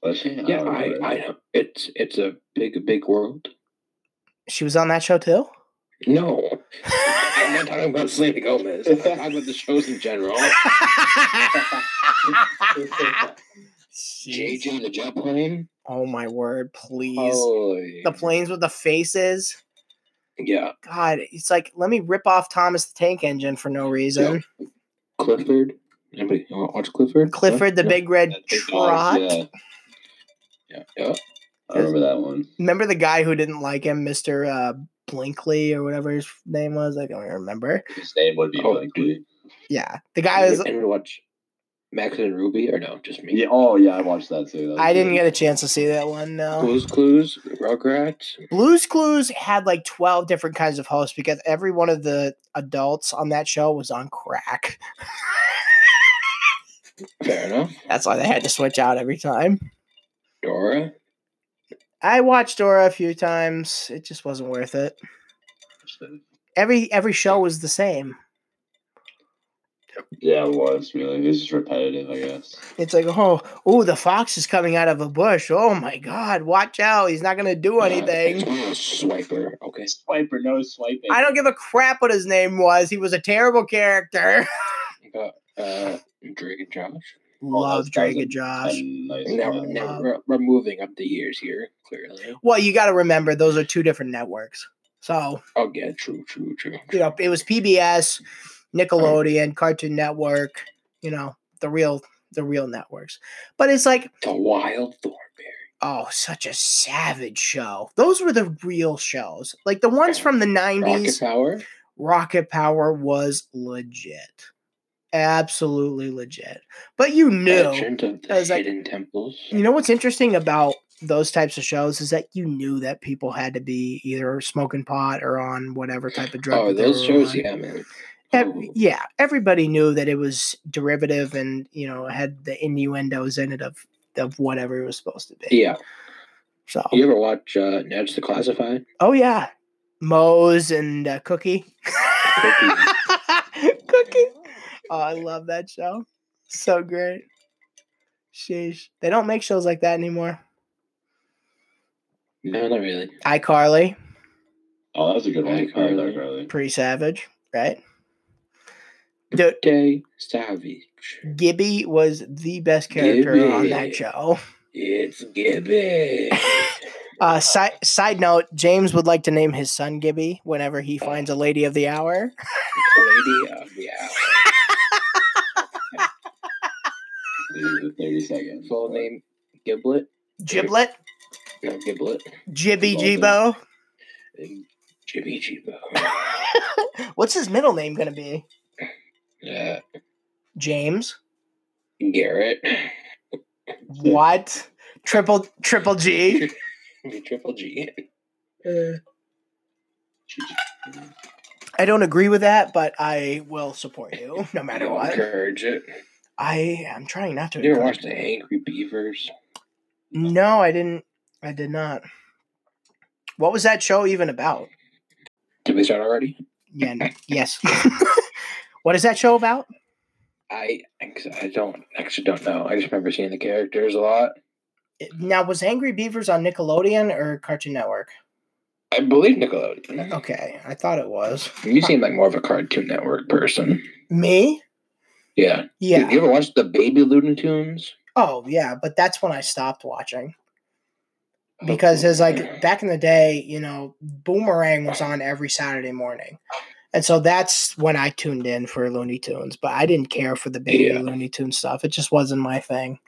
Speaker 3: Was she? I
Speaker 2: Yeah,
Speaker 3: don't
Speaker 2: I,
Speaker 3: remember.
Speaker 2: I know. It's it's a big big world.
Speaker 1: She was on that show too.
Speaker 2: No, I'm not talking about Selena Gomez. I'm talking about the shows in general.
Speaker 1: Jeez.
Speaker 2: JJ and the Jet Plane.
Speaker 1: oh my word! Please,
Speaker 2: Oh, Holy.
Speaker 1: the planes with the faces.
Speaker 2: Yeah.
Speaker 1: God, it's like let me rip off Thomas the Tank Engine for no reason.
Speaker 2: Clifford. Anybody you wanna watch Clifford?
Speaker 1: Clifford the
Speaker 2: Yeah.
Speaker 1: Big Red
Speaker 3: That big
Speaker 1: Trot.
Speaker 3: box, yeah.
Speaker 2: Yeah. yeah.
Speaker 3: I remember that one.
Speaker 1: Remember the guy who didn't like him, Mr. Uh, Blinkley or whatever his name was? I don't remember.
Speaker 3: His name would be
Speaker 2: Oh.
Speaker 3: Blinkley.
Speaker 1: Yeah. The guy was
Speaker 2: Anybody watch Max and Ruby or no? Just me.
Speaker 3: Yeah. Oh, yeah. I watched that too. That was
Speaker 1: I didn't
Speaker 3: good.
Speaker 1: get a chance to see that one, no.
Speaker 2: Blue's Clues, Rugrats.
Speaker 1: Blues Clues had like 12 different kinds of hosts because every one of the adults on that show was on crack.
Speaker 2: Fair enough.
Speaker 1: That's why they had to switch out every time.
Speaker 2: Dora.
Speaker 1: I watched Dora a few times. It just wasn't worth it. Every every show was the same.
Speaker 3: Yeah, it was really. It was just repetitive, I guess.
Speaker 1: It's like, oh, oh, the fox is coming out of a bush. Oh my god, watch out. He's not gonna do
Speaker 2: Uh,
Speaker 1: anything.
Speaker 2: it's one of those swiper. Okay.
Speaker 3: Swiper, no swiping.
Speaker 1: I don't give a crap what his name was. He was a terrible character.
Speaker 2: You got uh, Drake and Josh.
Speaker 1: Love
Speaker 3: that's
Speaker 1: Drake and
Speaker 3: thousand-
Speaker 1: Josh.
Speaker 3: And nice Oh,
Speaker 2: Now,
Speaker 1: Uh,
Speaker 3: one.
Speaker 2: now
Speaker 1: um,
Speaker 2: we're, we're moving up the years here, clearly.
Speaker 1: Well, you got to remember those are two different networks. So
Speaker 2: Oh, yeah, true, true, true.
Speaker 1: you know it was PBS, Nickelodeon, Cartoon Network. You know the real the real networks. But it's like
Speaker 2: The Wild Thornberry.
Speaker 1: oh, such a savage show. Those were the real shows. Like the ones from the
Speaker 2: Rocket
Speaker 1: nineties.
Speaker 2: Power.
Speaker 1: Rocket Power was legit. Absolutely legit. But you knew.
Speaker 2: Legend of the
Speaker 1: I was like-
Speaker 2: Hidden Temples.
Speaker 1: You know what's interesting about those types of shows is that you knew that people had to be either smoking pot or on whatever type of drug.
Speaker 2: oh,
Speaker 1: that they
Speaker 2: those
Speaker 1: were
Speaker 2: shows,
Speaker 1: on.
Speaker 2: yeah, man.
Speaker 1: Ev-
Speaker 2: Ooh.
Speaker 1: yeah, everybody knew that it was derivative and, you know, had the innuendos in it of, of whatever it was supposed to be.
Speaker 2: Yeah.
Speaker 1: So,
Speaker 2: You ever watch uh, Natch the Classified?
Speaker 1: oh, yeah. Moe's and uh, Cookie. Cookie. Oh, I love that show. So great. Sheesh. They don't make shows like that anymore.
Speaker 2: No, not really.
Speaker 1: iCarly,
Speaker 3: Oh, that was a good one.
Speaker 2: Like,
Speaker 3: Carly,
Speaker 2: really?
Speaker 3: Carly.
Speaker 1: pretty savage, right? Dude,
Speaker 2: Day Savage.
Speaker 1: Gibby was the best character on that
Speaker 2: Gibby.
Speaker 1: show.
Speaker 2: It's Gibby.
Speaker 1: Uh, si- side note, James would like to name his son Gibby whenever he
Speaker 2: Oh.
Speaker 1: finds a lady of the hour.
Speaker 2: Lady of the Hour.
Speaker 3: These are the 30 seconds.
Speaker 2: Full name Giblet.
Speaker 1: Giblet,
Speaker 2: No, Giblet.
Speaker 1: Jibby Jibo.
Speaker 3: Love
Speaker 2: And Jimmy Jibo.
Speaker 1: What's his middle name going to be?
Speaker 2: Yeah.
Speaker 1: James?
Speaker 2: Garrett. Hmm.
Speaker 1: What? Triple Triple G?
Speaker 2: Triple G.
Speaker 1: Uh, I don't agree with that, but I will support you no
Speaker 2: I
Speaker 1: matter
Speaker 2: don't
Speaker 1: what.
Speaker 2: encourage it.
Speaker 1: I am trying not to.
Speaker 2: You ever
Speaker 1: incur-
Speaker 2: watch the Angry Beavers?
Speaker 1: No, I didn't. I did not. What was that show even about?
Speaker 2: Did we start already?
Speaker 1: Yeah. n- yes. what is that show about?
Speaker 2: I I don't actually don't know. I just remember seeing the characters a lot.
Speaker 1: Now, was Angry Beavers on Nickelodeon or Cartoon Network?
Speaker 2: I believe Nickelodeon.
Speaker 1: Okay, I thought it was.
Speaker 2: You seem like more of a Cartoon Network person.
Speaker 1: Me?
Speaker 2: Yeah. Did
Speaker 1: Yeah.
Speaker 2: you ever watch the Baby Looney Tunes?
Speaker 1: Oh, yeah, but that's when I stopped watching.
Speaker 2: Oh,
Speaker 1: Because it's like back in the day, you know, Boomerang was on every Saturday morning. And so that's when I tuned in for Looney Tunes, but I didn't care for the baby
Speaker 2: Yeah.
Speaker 1: Looney Tunes stuff. It just wasn't my thing.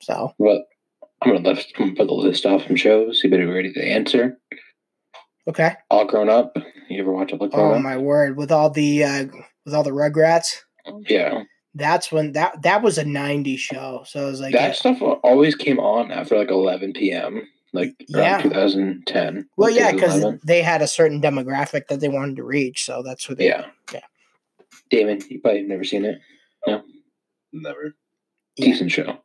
Speaker 1: So,
Speaker 2: Well, I'm gonna list. I'm gonna put the list off some shows. You better be ready to answer.
Speaker 1: okay.
Speaker 2: All grown up. You ever watch All
Speaker 1: Oh
Speaker 2: grown up?
Speaker 1: my word, with all the uh with all the Rugrats,
Speaker 2: Yeah.
Speaker 1: that's when that that was a 90s show. So it was like
Speaker 2: that stuff always came on after like 11 p.m. Like around
Speaker 1: Yeah.
Speaker 2: 2010.
Speaker 1: Well,
Speaker 2: like,
Speaker 1: yeah, because
Speaker 2: 2011.
Speaker 1: they had a certain demographic that they wanted to reach, so that's what they.
Speaker 2: yeah,
Speaker 1: Yeah.
Speaker 2: Damon, you probably have never seen it.
Speaker 3: Never.
Speaker 1: Yeah.
Speaker 2: Decent show.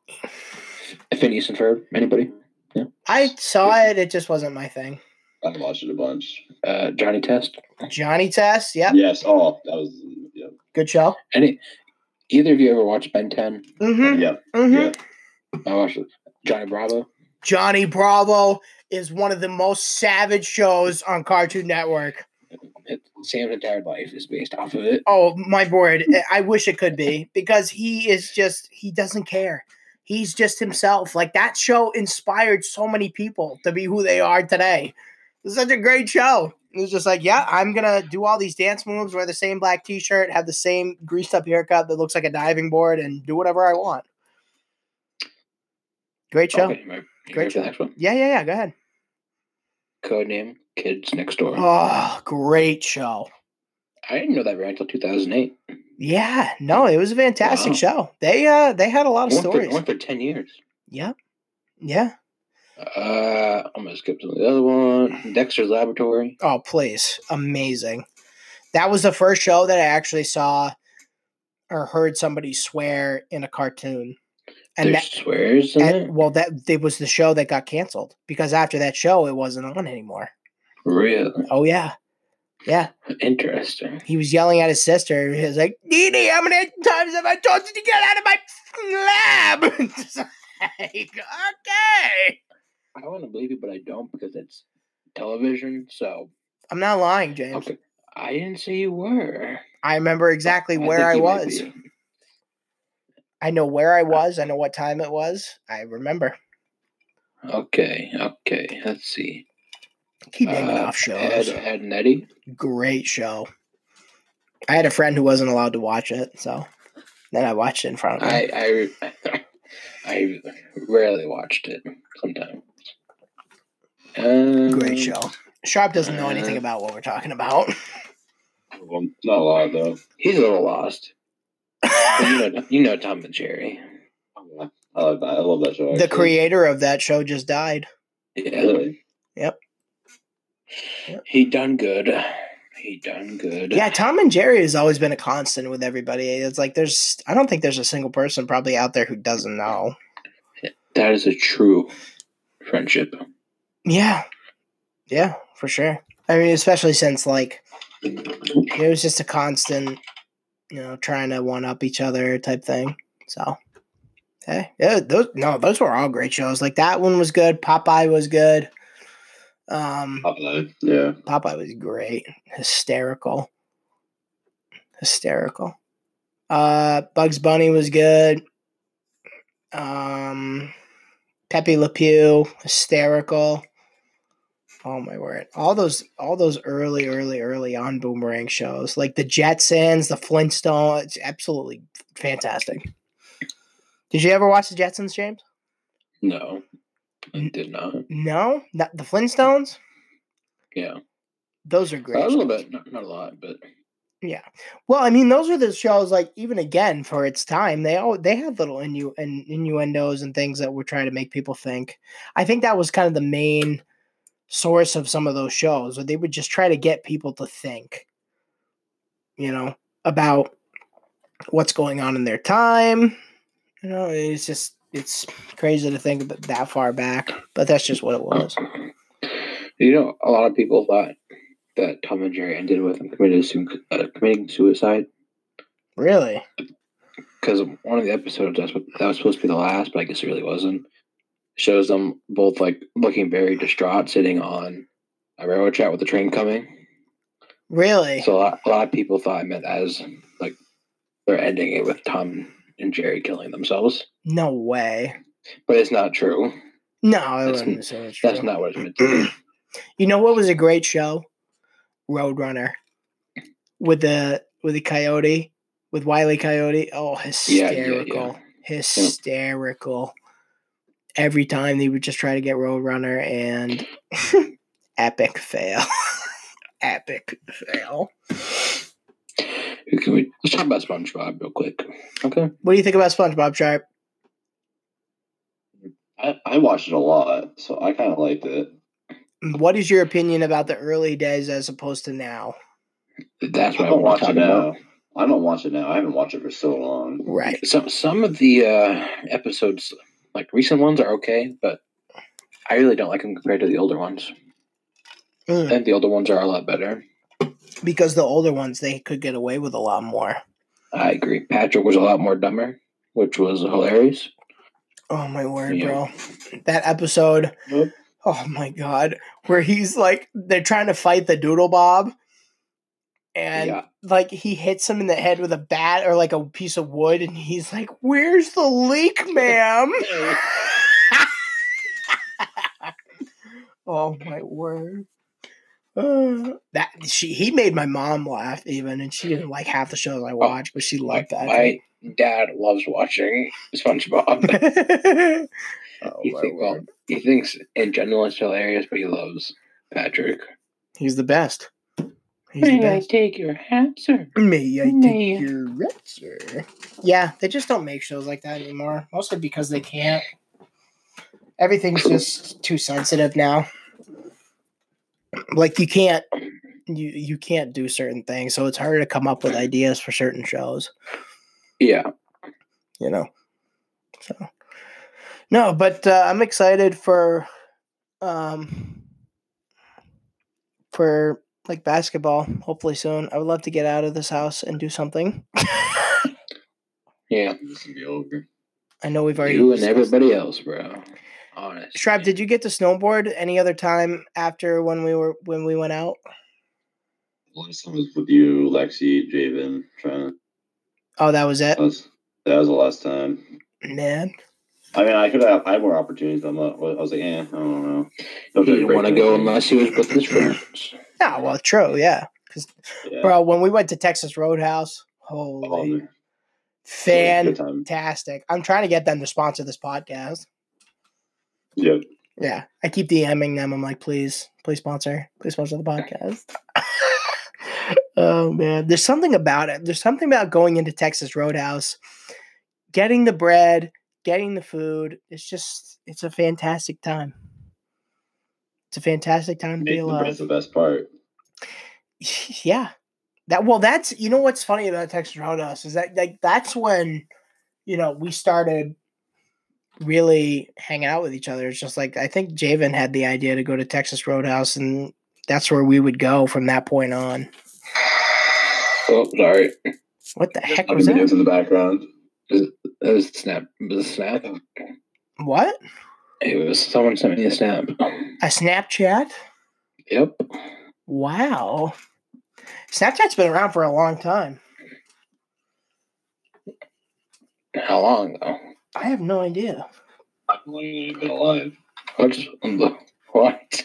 Speaker 2: Phineas and Ferb. Anybody?
Speaker 1: I saw it; it just wasn't my thing.
Speaker 3: I watched it a bunch.
Speaker 2: Uh, Johnny Test.
Speaker 1: Johnny Test, yep,
Speaker 3: Yes. Oh, that was. Yeah.
Speaker 1: good show.
Speaker 2: Any? Either of you ever watched Ben 10?
Speaker 1: Mm-hmm.
Speaker 3: Yeah.
Speaker 1: Mm-hmm.
Speaker 3: Yeah.
Speaker 2: I watched it. Johnny Bravo.
Speaker 1: Johnny Bravo is one of the most savage shows on Cartoon Network.
Speaker 2: It, Sam's entire life is based off of it.
Speaker 1: Oh my word! I wish it could be because he is just—he doesn't care. He's just himself. Like that show inspired so many people to be who they are today. It's such a great show. It was just like, yeah, I'm gonna do all these dance moves, wear the same black T-shirt, have the same greased-up haircut that looks like a diving board, and do whatever I want. Great show.
Speaker 2: Okay, you ready- you
Speaker 1: Great
Speaker 2: ready for
Speaker 1: show.
Speaker 2: the next one.
Speaker 1: Yeah, yeah, yeah. Go ahead.
Speaker 2: Codename Kids Next Door.
Speaker 1: Oh, great show.
Speaker 2: I didn't know that right until 2008.
Speaker 1: Yeah, no, it was a fantastic
Speaker 2: Wow.
Speaker 1: show. They uh they had a lot of
Speaker 2: Went for,
Speaker 1: stories.
Speaker 2: went for 10 years.
Speaker 1: Yep. Yeah.
Speaker 2: Uh, I'm gonna skip to the other one. Dexter's Laboratory.
Speaker 1: Oh, please. Amazing. That was the first show that I actually saw or heard somebody swear in a cartoon. And
Speaker 2: There's
Speaker 1: that
Speaker 2: swears in
Speaker 1: and-
Speaker 2: it.
Speaker 1: well that it was the show that got canceled because after that show it wasn't on anymore.
Speaker 2: Really
Speaker 1: Oh yeah. Yeah.
Speaker 2: interesting.
Speaker 1: He was yelling at his sister. He was like, Nene, how many times have I told you to get out of my f***ing lab? It's like, okay.
Speaker 2: I want to believe you, but I don't because it's television. So
Speaker 1: I'm not lying, James.
Speaker 2: okay, I didn't say you were.
Speaker 1: I remember exactly
Speaker 2: I
Speaker 1: where
Speaker 2: think
Speaker 1: I
Speaker 2: you might
Speaker 1: was.
Speaker 2: be.
Speaker 1: I know where I was. I know what time it was. I remember.
Speaker 2: Okay, okay. Let's see.
Speaker 1: Keep naming
Speaker 2: Uh,
Speaker 1: off
Speaker 2: Ed,
Speaker 1: shows.
Speaker 2: Ed and Eddie.
Speaker 1: Great show. I had a friend who wasn't allowed to watch it, so then I watched it in front of him.
Speaker 2: I I I rarely watched it. Sometimes. Um,
Speaker 1: Great show. Sharp doesn't know anything
Speaker 2: uh,
Speaker 1: about what we're talking about.
Speaker 3: Well, not a lot though.
Speaker 2: He's a little lost. you know, you know Tom and Jerry.
Speaker 3: Yeah. I love that. I love that show.
Speaker 1: the
Speaker 3: actually.
Speaker 1: creator of that show just died.
Speaker 2: Yeah,
Speaker 3: Really?
Speaker 2: he done good. He done good.
Speaker 1: Yeah, Tom and Jerry has always been a constant with everybody. It's like there's I don't think there's a single person probably out there who doesn't know.
Speaker 2: that is a true friendship.
Speaker 1: Yeah. Yeah, for sure. I mean, especially since like it was just a constant, you know, trying to one up each other type thing. So, hey, yeah, those no, those were all great shows. Like that one was good. Popeye was good. Um,
Speaker 3: Popeye. Yeah.
Speaker 1: Popeye was great. Hysterical. Hysterical. Uh, Bugs Bunny was good. Um, Pepe Le Pew, hysterical. Oh my word! All those, all those early, early, early on Boomerang shows, like the Jetsons, the Flintstones, it's absolutely fantastic. Did you ever watch the Jetsons, James?
Speaker 2: No, I did not.
Speaker 1: No, not the Flintstones.
Speaker 2: Yeah,
Speaker 1: Those are
Speaker 2: a
Speaker 1: great.
Speaker 2: little
Speaker 1: shows.
Speaker 2: bit, not, not a lot, but
Speaker 1: Yeah. Well, I mean, those are the shows. Like even again for its time, they all they had little innu- and innuendos and things that were trying to make people think. I think that was kind of the main source of some of those shows, where they would just try to get people to think, you know, about what's going on in their time, You know, it's just it's crazy to think about that far back, but that's just what it was.
Speaker 2: You know, a lot of people thought that Tom and Jerry ended with him committed su- uh, committing suicide
Speaker 1: Really?
Speaker 2: because one of the episodes that's what, that was supposed to be the last, but I guess it really wasn't. Shows them both like looking very distraught, sitting on a railroad track with the train coming.
Speaker 1: Really?
Speaker 2: So a lot, a lot of people thought I meant that as like they're ending it with Tom and Jerry killing themselves,
Speaker 1: no way.
Speaker 2: but it's not true.
Speaker 1: No, I
Speaker 2: That's-
Speaker 1: wouldn't say it's
Speaker 2: That's
Speaker 1: true.
Speaker 2: not what it's meant to be.
Speaker 1: You know what was a great show? Roadrunner. With the with the coyote, with Wiley Coyote. Oh,
Speaker 2: Yeah, yeah, yeah.
Speaker 1: hysterical. Hysterical. Every time they would just try to get Roadrunner and epic fail. epic fail.
Speaker 2: Who Can we, let's talk about SpongeBob real quick. Okay.
Speaker 1: What do you think about SpongeBob Sharp?
Speaker 3: I, I watched it a lot, so I kind of liked it.
Speaker 1: What is your opinion about the early days as opposed to now?
Speaker 2: That's
Speaker 3: I
Speaker 2: what I
Speaker 3: don't
Speaker 2: want
Speaker 3: watch
Speaker 2: to
Speaker 3: it
Speaker 2: talk
Speaker 3: now.
Speaker 2: about.
Speaker 3: I don't watch it now. I haven't watched it for so long.
Speaker 1: Right.
Speaker 2: Some some of the uh, episodes, like recent ones, are okay, but I really don't like them compared to the older ones. I
Speaker 1: Mm,
Speaker 2: think the older ones are a lot better.
Speaker 1: because the older ones they could get away with a lot more.
Speaker 2: I agree. Patrick was a lot more dumber, which was hilarious.
Speaker 1: Oh my word,
Speaker 2: Yeah.
Speaker 1: bro. That episode.
Speaker 3: Yep.
Speaker 1: Oh my god. Where he's like they're trying to fight the doodle bob. And
Speaker 2: yeah,
Speaker 1: like he hits him in the head with a bat or like a piece of wood and he's like, Where's the leak, ma'am? oh my word. Uh, that she he made my mom laugh even and she didn't like half the shows
Speaker 2: Oh,
Speaker 1: I watched, but she
Speaker 2: my,
Speaker 1: loved that.
Speaker 2: my dad loves watching SpongeBob.
Speaker 1: oh,
Speaker 2: he,
Speaker 1: my
Speaker 2: think- well,
Speaker 1: word.
Speaker 2: he thinks in general it's hilarious, but he loves Patrick.
Speaker 1: He's the best. He's the best.
Speaker 2: take your hat, sir?
Speaker 1: May I
Speaker 2: May
Speaker 1: take your red, sir? Yeah, they just don't make shows like that anymore. Mostly because they can't. Everything's just too sensitive now. Like you can't you you can't do certain things, so it's harder to come up with ideas for certain shows,
Speaker 2: Yeah,
Speaker 1: you know. So No, but uh, I'm excited for um for like basketball hopefully soon. I would love to get out of this house and do something.
Speaker 2: yeah.
Speaker 3: This will be over.
Speaker 1: I know we've already
Speaker 2: You and
Speaker 1: discussed-
Speaker 2: everybody else, bro. Honest.
Speaker 1: Shrap, did you get to snowboard any other time after when we were when we went out?
Speaker 3: Last time was with you, Lexi, Javen, Trent.
Speaker 1: Oh, that was it,
Speaker 3: That was, that was the last time.
Speaker 1: man.
Speaker 3: I mean, I could have. I had more opportunities. But I'm not, I was like, eh, I don't know.
Speaker 2: He
Speaker 3: Don't really
Speaker 2: didn't
Speaker 3: break
Speaker 2: want to go
Speaker 3: anything.
Speaker 2: unless he was with his friends.
Speaker 1: Oh, well, true, yeah.
Speaker 3: Yeah.
Speaker 1: Bro, when we went to Texas Roadhouse,
Speaker 3: Oh,
Speaker 1: holy
Speaker 3: man. Good
Speaker 1: fantastic!
Speaker 3: time.
Speaker 1: I'm trying to get them to sponsor this podcast.
Speaker 3: Yep.
Speaker 1: Yeah, I keep DMing them. I'm like, please, please sponsor, please sponsor the podcast. oh man, there's something about it. There's something about going into Texas Roadhouse, getting the bread, getting the food. It's just, it's a fantastic time. It's a fantastic time to be
Speaker 3: Making the bread's
Speaker 1: alive.
Speaker 3: the best part.
Speaker 1: yeah, that. Well, that's you know what's funny about Texas Roadhouse is that like that's when, you know, we started really hanging out with each other. It's just like I think Javen had the idea to go to Texas Roadhouse, and that's where we would go from that point on.
Speaker 2: Oh, sorry.
Speaker 1: What the heck
Speaker 3: Other
Speaker 1: was
Speaker 3: videos
Speaker 1: that?
Speaker 3: in the background.
Speaker 2: That was snap. It was a snap.
Speaker 1: What
Speaker 2: It was someone sent me a snap.
Speaker 1: a Snapchat?
Speaker 2: Yep.
Speaker 1: Wow, Snapchat's been around for a long time.
Speaker 2: How long though?
Speaker 1: I have no idea.
Speaker 3: I've only been alive.
Speaker 2: What's what?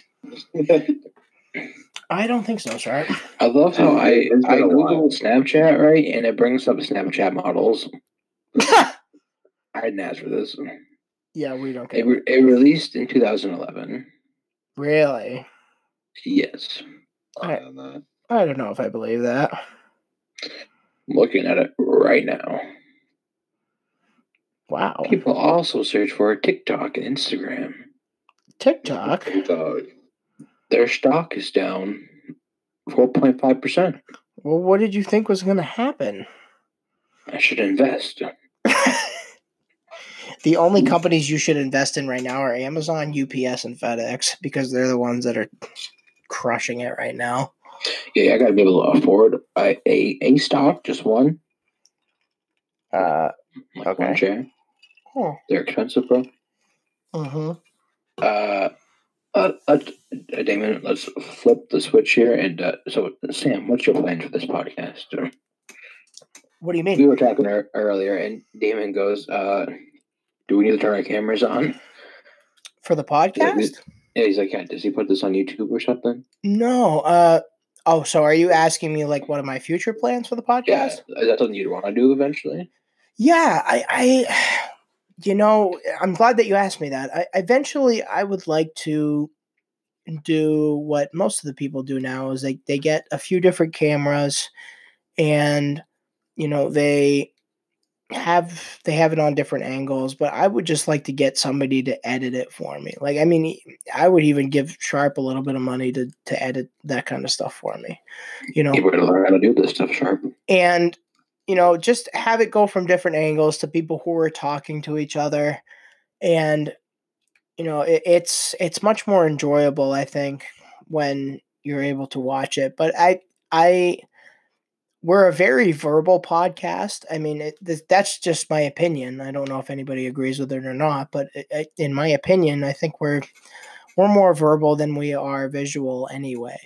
Speaker 1: I don't think so, Sharp.
Speaker 2: I love how I
Speaker 3: It's been
Speaker 2: I
Speaker 3: a while.
Speaker 2: Google Snapchat right, and it brings up Snapchat models. I didn't ask for this.
Speaker 1: yeah, we don't
Speaker 2: It,
Speaker 1: care.
Speaker 2: re- it released in 2011.
Speaker 1: Really?
Speaker 2: Yes.
Speaker 1: Alright.
Speaker 3: I don't know.
Speaker 1: I don't know if I believe that.
Speaker 2: Looking at it right now.
Speaker 1: Wow.
Speaker 2: People also search for TikTok and Instagram. Uh,
Speaker 1: TikTok.
Speaker 3: TikTok.
Speaker 2: Their stock is down 4.5%.
Speaker 1: Well, what did you think was going to happen?
Speaker 2: I should invest.
Speaker 1: The only companies you should invest in right now are Amazon, UPS, and FedEx because they're the ones that are crushing it right now.
Speaker 2: Yeah, I gotta be able to afford a a, a stock, just one.
Speaker 1: Uh,
Speaker 2: Like one
Speaker 1: Okay.
Speaker 2: share.
Speaker 1: huh.
Speaker 2: They're expensive, bro.
Speaker 1: Mhm.
Speaker 2: Uh, uh, uh, Damon, let's flip the switch here. And uh, so, Sam, what's your plan for this podcast? Or-
Speaker 1: What do you mean?
Speaker 2: We were talking ear- earlier, and Damon goes, uh, "Do we need to turn our cameras on?"
Speaker 1: For the podcast?
Speaker 2: Yeah, he's like, yeah, "Does he put this on YouTube or something?"
Speaker 1: No. Uh oh, so are you asking me like what are my future plans for the
Speaker 2: Yeah,
Speaker 1: podcast?
Speaker 2: is that something you'd want to do eventually?
Speaker 1: Yeah, I, I you know, I'm glad that you asked me that. I eventually I would like to do what most of the people do now is they they get a few different cameras and you know, they have they have it on different angles, but I would just like to get somebody to edit it for me. Like I mean, I would even give Sharp a little bit of money to to edit that kind of stuff for me. You know,
Speaker 2: You better learn how to do this stuff sharp.
Speaker 1: and you know just have it go from different angles to people who are talking to each other and you know it, it's it's much more enjoyable i think when you're able to watch it but i i we're a very verbal podcast i mean it, th- that's just my opinion i don't know if anybody agrees with it or not but i i in my opinion i think we're we're more verbal than we are visual anyway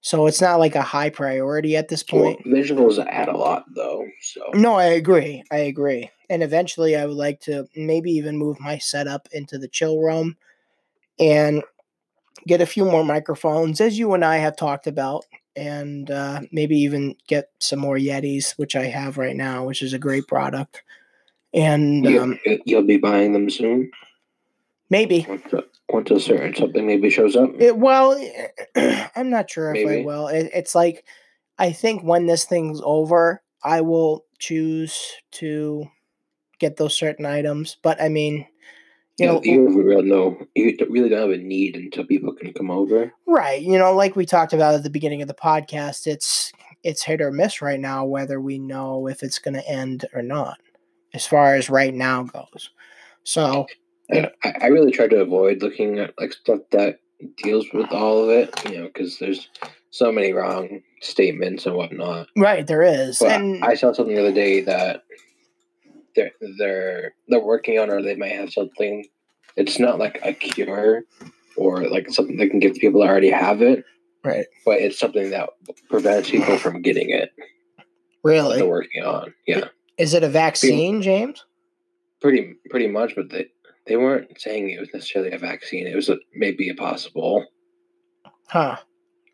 Speaker 1: so it's not like a high priority at this
Speaker 2: Well,
Speaker 1: point
Speaker 2: visuals add a lot, though. So
Speaker 1: no, I agree. I agree. And eventually I would like to maybe even move my setup into the chill room and get a few more microphones, as you and I have talked about, and uh, maybe even get some more Yetis, which I have right now, which is a great product. And um,
Speaker 2: you, you- you'll be buying them soon.
Speaker 1: maybe.
Speaker 2: Once a, once a certain something maybe shows up.
Speaker 1: It, Eh, well, eh, I'm not sure if I
Speaker 2: Maybe.
Speaker 1: will. It, it's like, I think when this thing's over, I will choose to get those certain items. But I mean, you know,
Speaker 2: you don't really know. You don't- really don't have a need until people can come over.
Speaker 1: Right. You know, like we talked about at the beginning of the podcast, it's it's hit or miss right now whether we know if it's going to end or not as far as right now goes. So,
Speaker 2: I, I I really try to avoid looking at like stuff that deals with all of it, you know, because there's so many wrong statements and whatnot.
Speaker 1: right, there is.
Speaker 2: But
Speaker 1: and
Speaker 2: I saw something the other day that they're they're they're working on, or they may have something. It's not like a cure or like something they can give to people that already have it,
Speaker 1: right.
Speaker 2: but it's something that prevents people from getting it. that They're
Speaker 1: Really?
Speaker 2: working on, yeah,
Speaker 1: Is it a vaccine, James?
Speaker 2: pretty pretty much. But they they weren't saying it was necessarily a vaccine. It was a, maybe a possible
Speaker 1: Huh.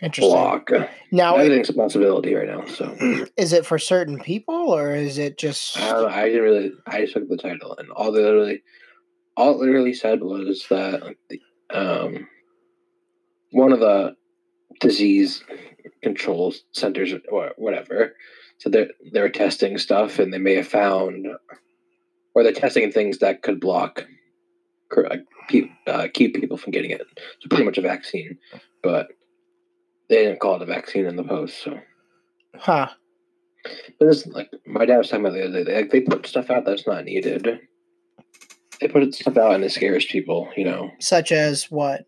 Speaker 1: Interesting.
Speaker 2: block.
Speaker 1: Now, it,
Speaker 2: Everything's a possibility right now. So
Speaker 1: is it for certain people or is it just
Speaker 2: I, don't know, I didn't really. I just took the title, and all they literally, all it literally said was that like, the, um, one of the disease control centers or whatever. So they're they're testing stuff, and they may have found, or they're testing things that could block, cor- uh, keep uh, keep people from getting it. So pretty much a vaccine, but they didn't call it a vaccine in the post. So.
Speaker 1: huh?
Speaker 2: But it's like my dad was talking about the other day. Like they put stuff out that's not needed. They put stuff out and it scares people. You know,
Speaker 1: Such as what?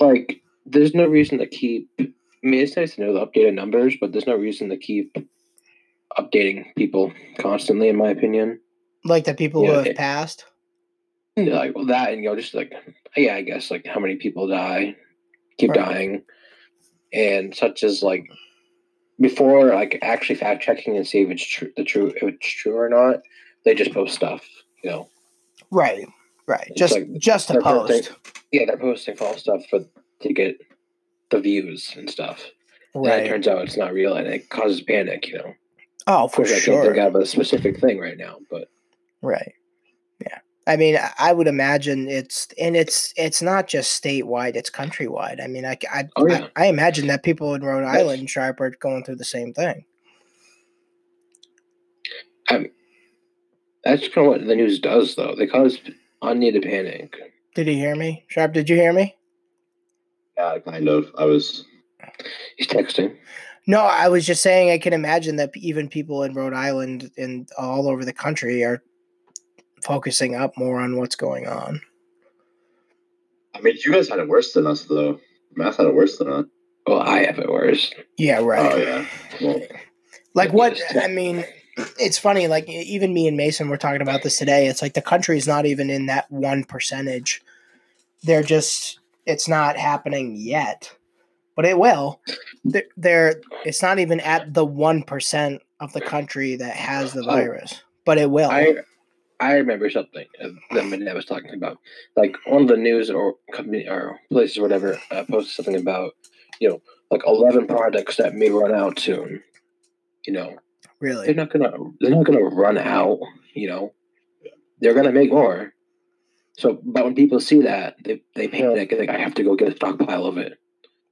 Speaker 2: like there's no reason to keep. I mean, it's nice to know the updated numbers, but there's no reason to keep updating people constantly. In my opinion,
Speaker 1: Like the people who
Speaker 2: Yeah,
Speaker 1: have
Speaker 2: it-
Speaker 1: passed?
Speaker 2: You know, like well, that and you know, just like yeah, I guess like how many people die, keep
Speaker 1: Right.
Speaker 2: dying, and such as like before like actually fact checking and see if it's true, the true if it's true or not. They just post stuff. You know.
Speaker 1: Right. Right.
Speaker 2: It's
Speaker 1: Just
Speaker 2: like
Speaker 1: just a
Speaker 2: they're per- they-
Speaker 1: post.
Speaker 2: yeah, they're posting false stuff for to get the views and stuff. And then it
Speaker 1: Right.
Speaker 2: turns out it's not real, and it causes panic. You know,
Speaker 1: Oh,
Speaker 2: of
Speaker 1: for
Speaker 2: course, I can't
Speaker 1: sure.
Speaker 2: think of a specific thing right now, but
Speaker 1: Right. Yeah. I mean, I- I would imagine it's and it's it's not just statewide; it's countrywide. I mean, I c- I,
Speaker 2: Oh, yeah.
Speaker 1: I, I imagine that people in Rhode
Speaker 2: That's-
Speaker 1: Island sharp are going through the same thing.
Speaker 2: that's kind of what the news does, though. They cause unneeded panic.
Speaker 1: Did you hear me, Sharp? Did you hear me?
Speaker 3: Yeah, kind of. I was.
Speaker 2: He's texting.
Speaker 1: No, I was just saying I can imagine that even people in Rhode Island and all over the country are focusing up more on what's going on.
Speaker 3: I mean, you guys had it worse than us, though. Math had it worse than us.
Speaker 2: Well, I have it worse.
Speaker 1: Yeah, right.
Speaker 3: Oh yeah. Well,
Speaker 1: like
Speaker 2: Yeah,
Speaker 1: what
Speaker 2: just-
Speaker 1: i mean it's funny like e- even me and mason were talking about this today it's like the country's not even in that one percentage they're just it's not happening yet but it will they're, they're it's not even at the 1% of the country that has
Speaker 3: Oh.
Speaker 1: the virus but it will
Speaker 2: I I remember something uh, that my dad was talking about. Like on the news or company or places or whatever uh, posted something about you know like eleven products that may run out soon. You know they're
Speaker 1: really
Speaker 2: not gonna they're not gonna run out. You know they're gonna make more. So, but when people see that, they they panic and think I have to go get a stockpile of it.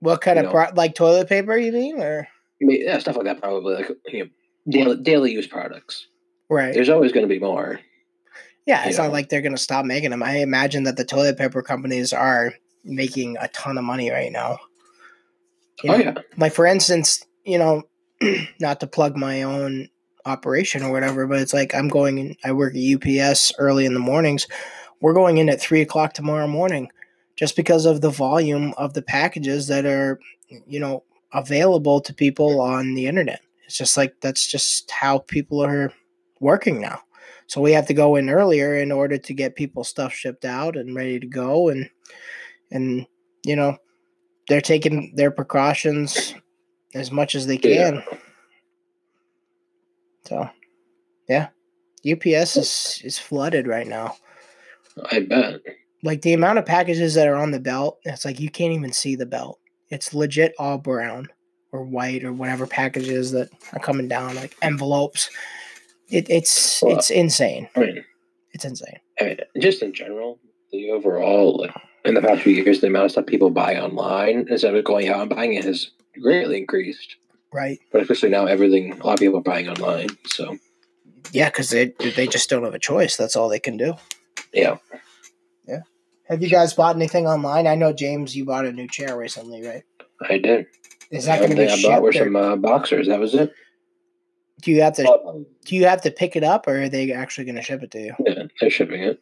Speaker 1: what kind
Speaker 2: you
Speaker 1: of
Speaker 2: know.
Speaker 1: pro- like toilet paper you mean or
Speaker 2: I mean, yeah, stuff like that probably like you know, daily daily use products.
Speaker 1: right
Speaker 2: There's always gonna be more.
Speaker 1: yeah it's
Speaker 2: you
Speaker 1: not
Speaker 2: know.
Speaker 1: like they're gonna stop making them i imagine that the toilet paper companies are making a ton of money right now You
Speaker 2: Oh
Speaker 1: know,
Speaker 2: yeah,
Speaker 1: like for instance, you know, not to plug my own operation or whatever, but it's like I'm going in, I work at UPS early in the mornings. We're going in at three o'clock tomorrow morning just because of the volume of the packages that are, you know, available to people on the internet. It's just like that's just how people are working now. So we have to go in earlier in order to get people stuff shipped out and ready to go and and you know they're taking their precautions as much as they
Speaker 2: Yeah.
Speaker 1: can. So, yeah, UPS is is flooded right now.
Speaker 2: I bet.
Speaker 1: Like the amount of packages that are on the belt, it's like you can't even see the belt. It's legit all brown or white or whatever packages that are coming down, like envelopes. It, it's
Speaker 2: Well-
Speaker 1: it's insane.
Speaker 2: I mean,
Speaker 1: It's insane.
Speaker 2: I mean, just in general, the overall, like, in the past few years, the amount of stuff people buy online instead of going out and buying it has greatly increased.
Speaker 1: Right.
Speaker 2: But especially now, everything, a lot of people are buying online. So,
Speaker 1: Yeah, because they they just don't have a choice. That's all they can do.
Speaker 2: yeah.
Speaker 1: Have you guys bought anything online? I know James, you bought a new chair recently, right?
Speaker 2: I did.
Speaker 1: Is
Speaker 2: The
Speaker 1: that
Speaker 2: only
Speaker 1: going to be
Speaker 2: thing I bought were
Speaker 1: shipped? or
Speaker 2: some uh, boxers. That was it.
Speaker 1: Do you have to
Speaker 3: um,
Speaker 1: do you have to pick it up or are they actually going to ship it to you?
Speaker 2: Yeah, they're shipping it.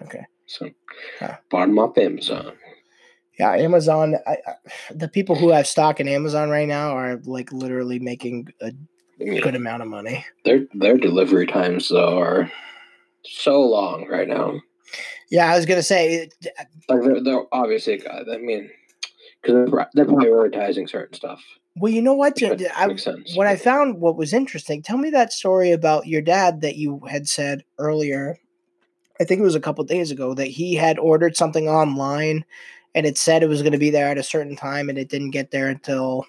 Speaker 1: Okay.
Speaker 2: So,
Speaker 1: Huh.
Speaker 2: bought them off Amazon.
Speaker 1: Yeah, Amazon. I, I, the people who have stock in Amazon right now are like literally making a
Speaker 2: You know,
Speaker 1: good amount of money.
Speaker 2: their their delivery times though are so long right now.
Speaker 1: Yeah, I was gonna say.
Speaker 2: Like they're, they're obviously, I mean, because they're, they're prioritizing certain stuff.
Speaker 1: Well, you know what? Jim, I,
Speaker 2: makes sense.
Speaker 1: what I found what was interesting. Tell me that story about your dad that you had said earlier. I think it was a couple days ago that he had ordered something online, and it said it was going to be there at a certain time, and it didn't get there until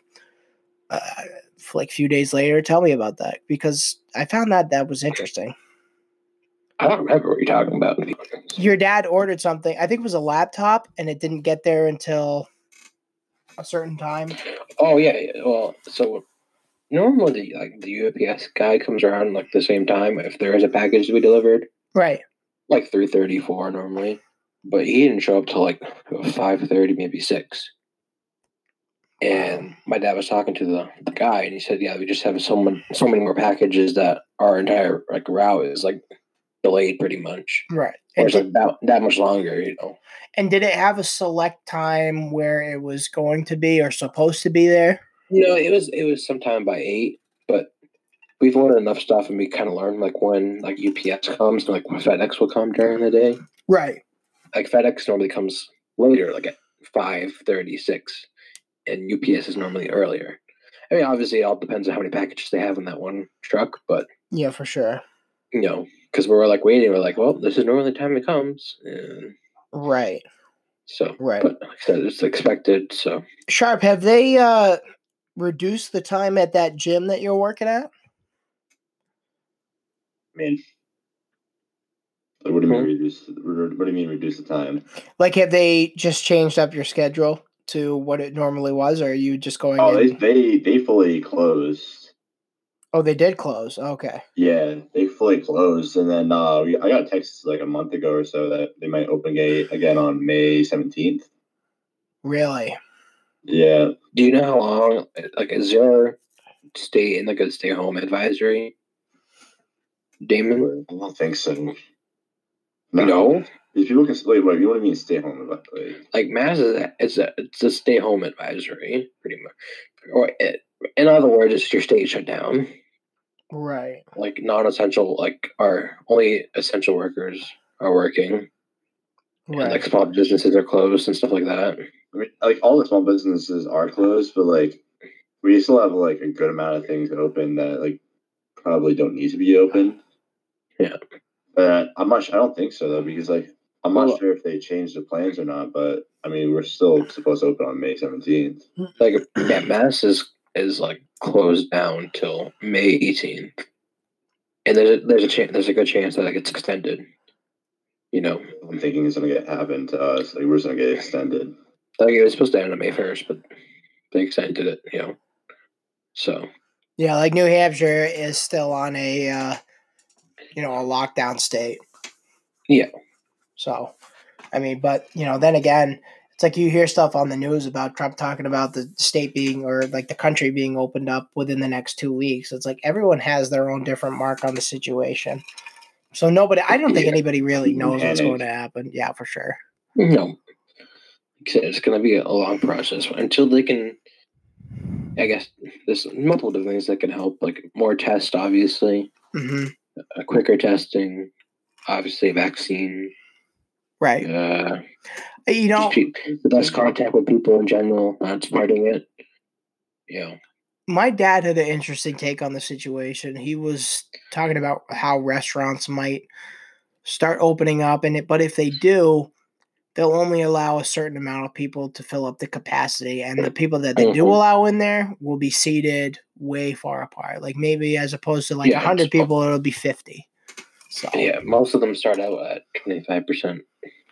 Speaker 1: uh, like a few days later. Tell me about that because I found that that was interesting.
Speaker 2: I don't remember what you're talking about.
Speaker 1: your dad ordered something. I think it was a laptop, and it didn't get there until a certain time.
Speaker 2: Oh yeah, yeah, well, so normally like the UPS guy comes around like the same time if there is a package to be delivered,
Speaker 1: Right.
Speaker 2: like three thirty four normally, but he didn't show up till like five thirty, maybe six. And my dad was talking to the, the guy, and he said, "Yeah, we just have so many so many more packages that our entire like route is like delayed pretty much,
Speaker 1: Right. And
Speaker 2: or it's
Speaker 1: did,
Speaker 2: like that that much longer, you know."
Speaker 1: and did it have a select time where it was going to be or supposed to be there?
Speaker 2: No, it was it was sometime by eight, but we've ordered enough stuff and we kind of learned like when like UPS comes and like when FedEx will come during the day.
Speaker 1: Right.
Speaker 2: Like FedEx normally comes later, like at five thirty six, and UPS is normally earlier. I mean, obviously, it all depends on how many packages they have in that one truck, but
Speaker 1: Yeah, for sure.
Speaker 2: you know, because we're like waiting, we're like, well, this is normally the time it comes, and
Speaker 1: Right.
Speaker 2: so
Speaker 1: Right.
Speaker 2: But like I said, it's expected. So
Speaker 1: Sharp, have they uh reduced the time at that gym that you're working at?
Speaker 3: I mean, what do you mean
Speaker 2: Hmm?
Speaker 3: reduce? What do you mean reduce the time?
Speaker 1: Like, have they just changed up your schedule to what it normally was, or are you just going?
Speaker 3: Oh, they
Speaker 1: in?
Speaker 3: they they fully closed.
Speaker 1: oh, they did close. Okay.
Speaker 3: Yeah, they fully closed, and then uh, we, I got a text like a month ago or so that they might open gate again on May seventeenth.
Speaker 1: Really?
Speaker 3: Yeah,
Speaker 2: Do you know how long? Like, is there stay in like a stay home advisory? Damon,
Speaker 3: I don't think so. No.
Speaker 2: No,
Speaker 3: These people can like what you know what I mean stay home about like
Speaker 2: like mass is a, it's a it's a stay home advisory pretty much, or it, in other words, it's your state shutdown.
Speaker 1: Right.
Speaker 2: Like non essential, like are only essential workers are working, and
Speaker 1: Right.
Speaker 2: like small businesses are closed and stuff like that.
Speaker 3: I mean like all the small businesses are closed, but like we still have like a good amount of things open that like probably don't need to be open.
Speaker 2: Yeah.
Speaker 3: But I'm not su- I don't think so though, because like I'm not
Speaker 2: Well-
Speaker 3: sure if they changed the plans or not, but I mean we're still supposed to open on May seventeenth.
Speaker 2: Like yeah, mass is is like closed down till May eighteenth, and there's a, there's a chance there's a good chance that it gets extended. You know,
Speaker 3: I'm thinking it's gonna get happen to us. Like we're just gonna get extended.
Speaker 2: like it was supposed to end on May first, but they extended it. You know, so
Speaker 1: Yeah, like New Hampshire is still on a uh, you know, a lockdown state.
Speaker 2: Yeah.
Speaker 1: So, I mean, but you know, then again, it's like you hear stuff on the news about Trump talking about the state being or like the country being opened up within the next 2 weeks. It's like everyone has their own different mark on the situation. So nobody I don't think
Speaker 2: Yeah.
Speaker 1: anybody really knows what's
Speaker 3: Panic.
Speaker 1: going to happen. Yeah, for sure.
Speaker 2: No. Like I said, It's going to be a long process until they can. I guess there's multiple different things that can help, like more tests, obviously,
Speaker 1: Mhm.
Speaker 2: uh, quicker testing, obviously, vaccine,
Speaker 1: Right.
Speaker 2: uh,
Speaker 1: You know,
Speaker 2: just pe- less contact with people in general, not spreading it. You know,
Speaker 1: my dad had an interesting take on the situation. He was talking about how restaurants might start opening up, and it, but if they do, they'll only allow a certain amount of people to fill up the capacity, and the people that they do
Speaker 2: Mhm.
Speaker 1: allow in there will be seated way far apart. Like maybe as opposed to like
Speaker 2: Yeah,
Speaker 1: a hundred
Speaker 2: it's prob-
Speaker 1: people, it'll be fifty. So
Speaker 2: yeah, most of them start out at 25%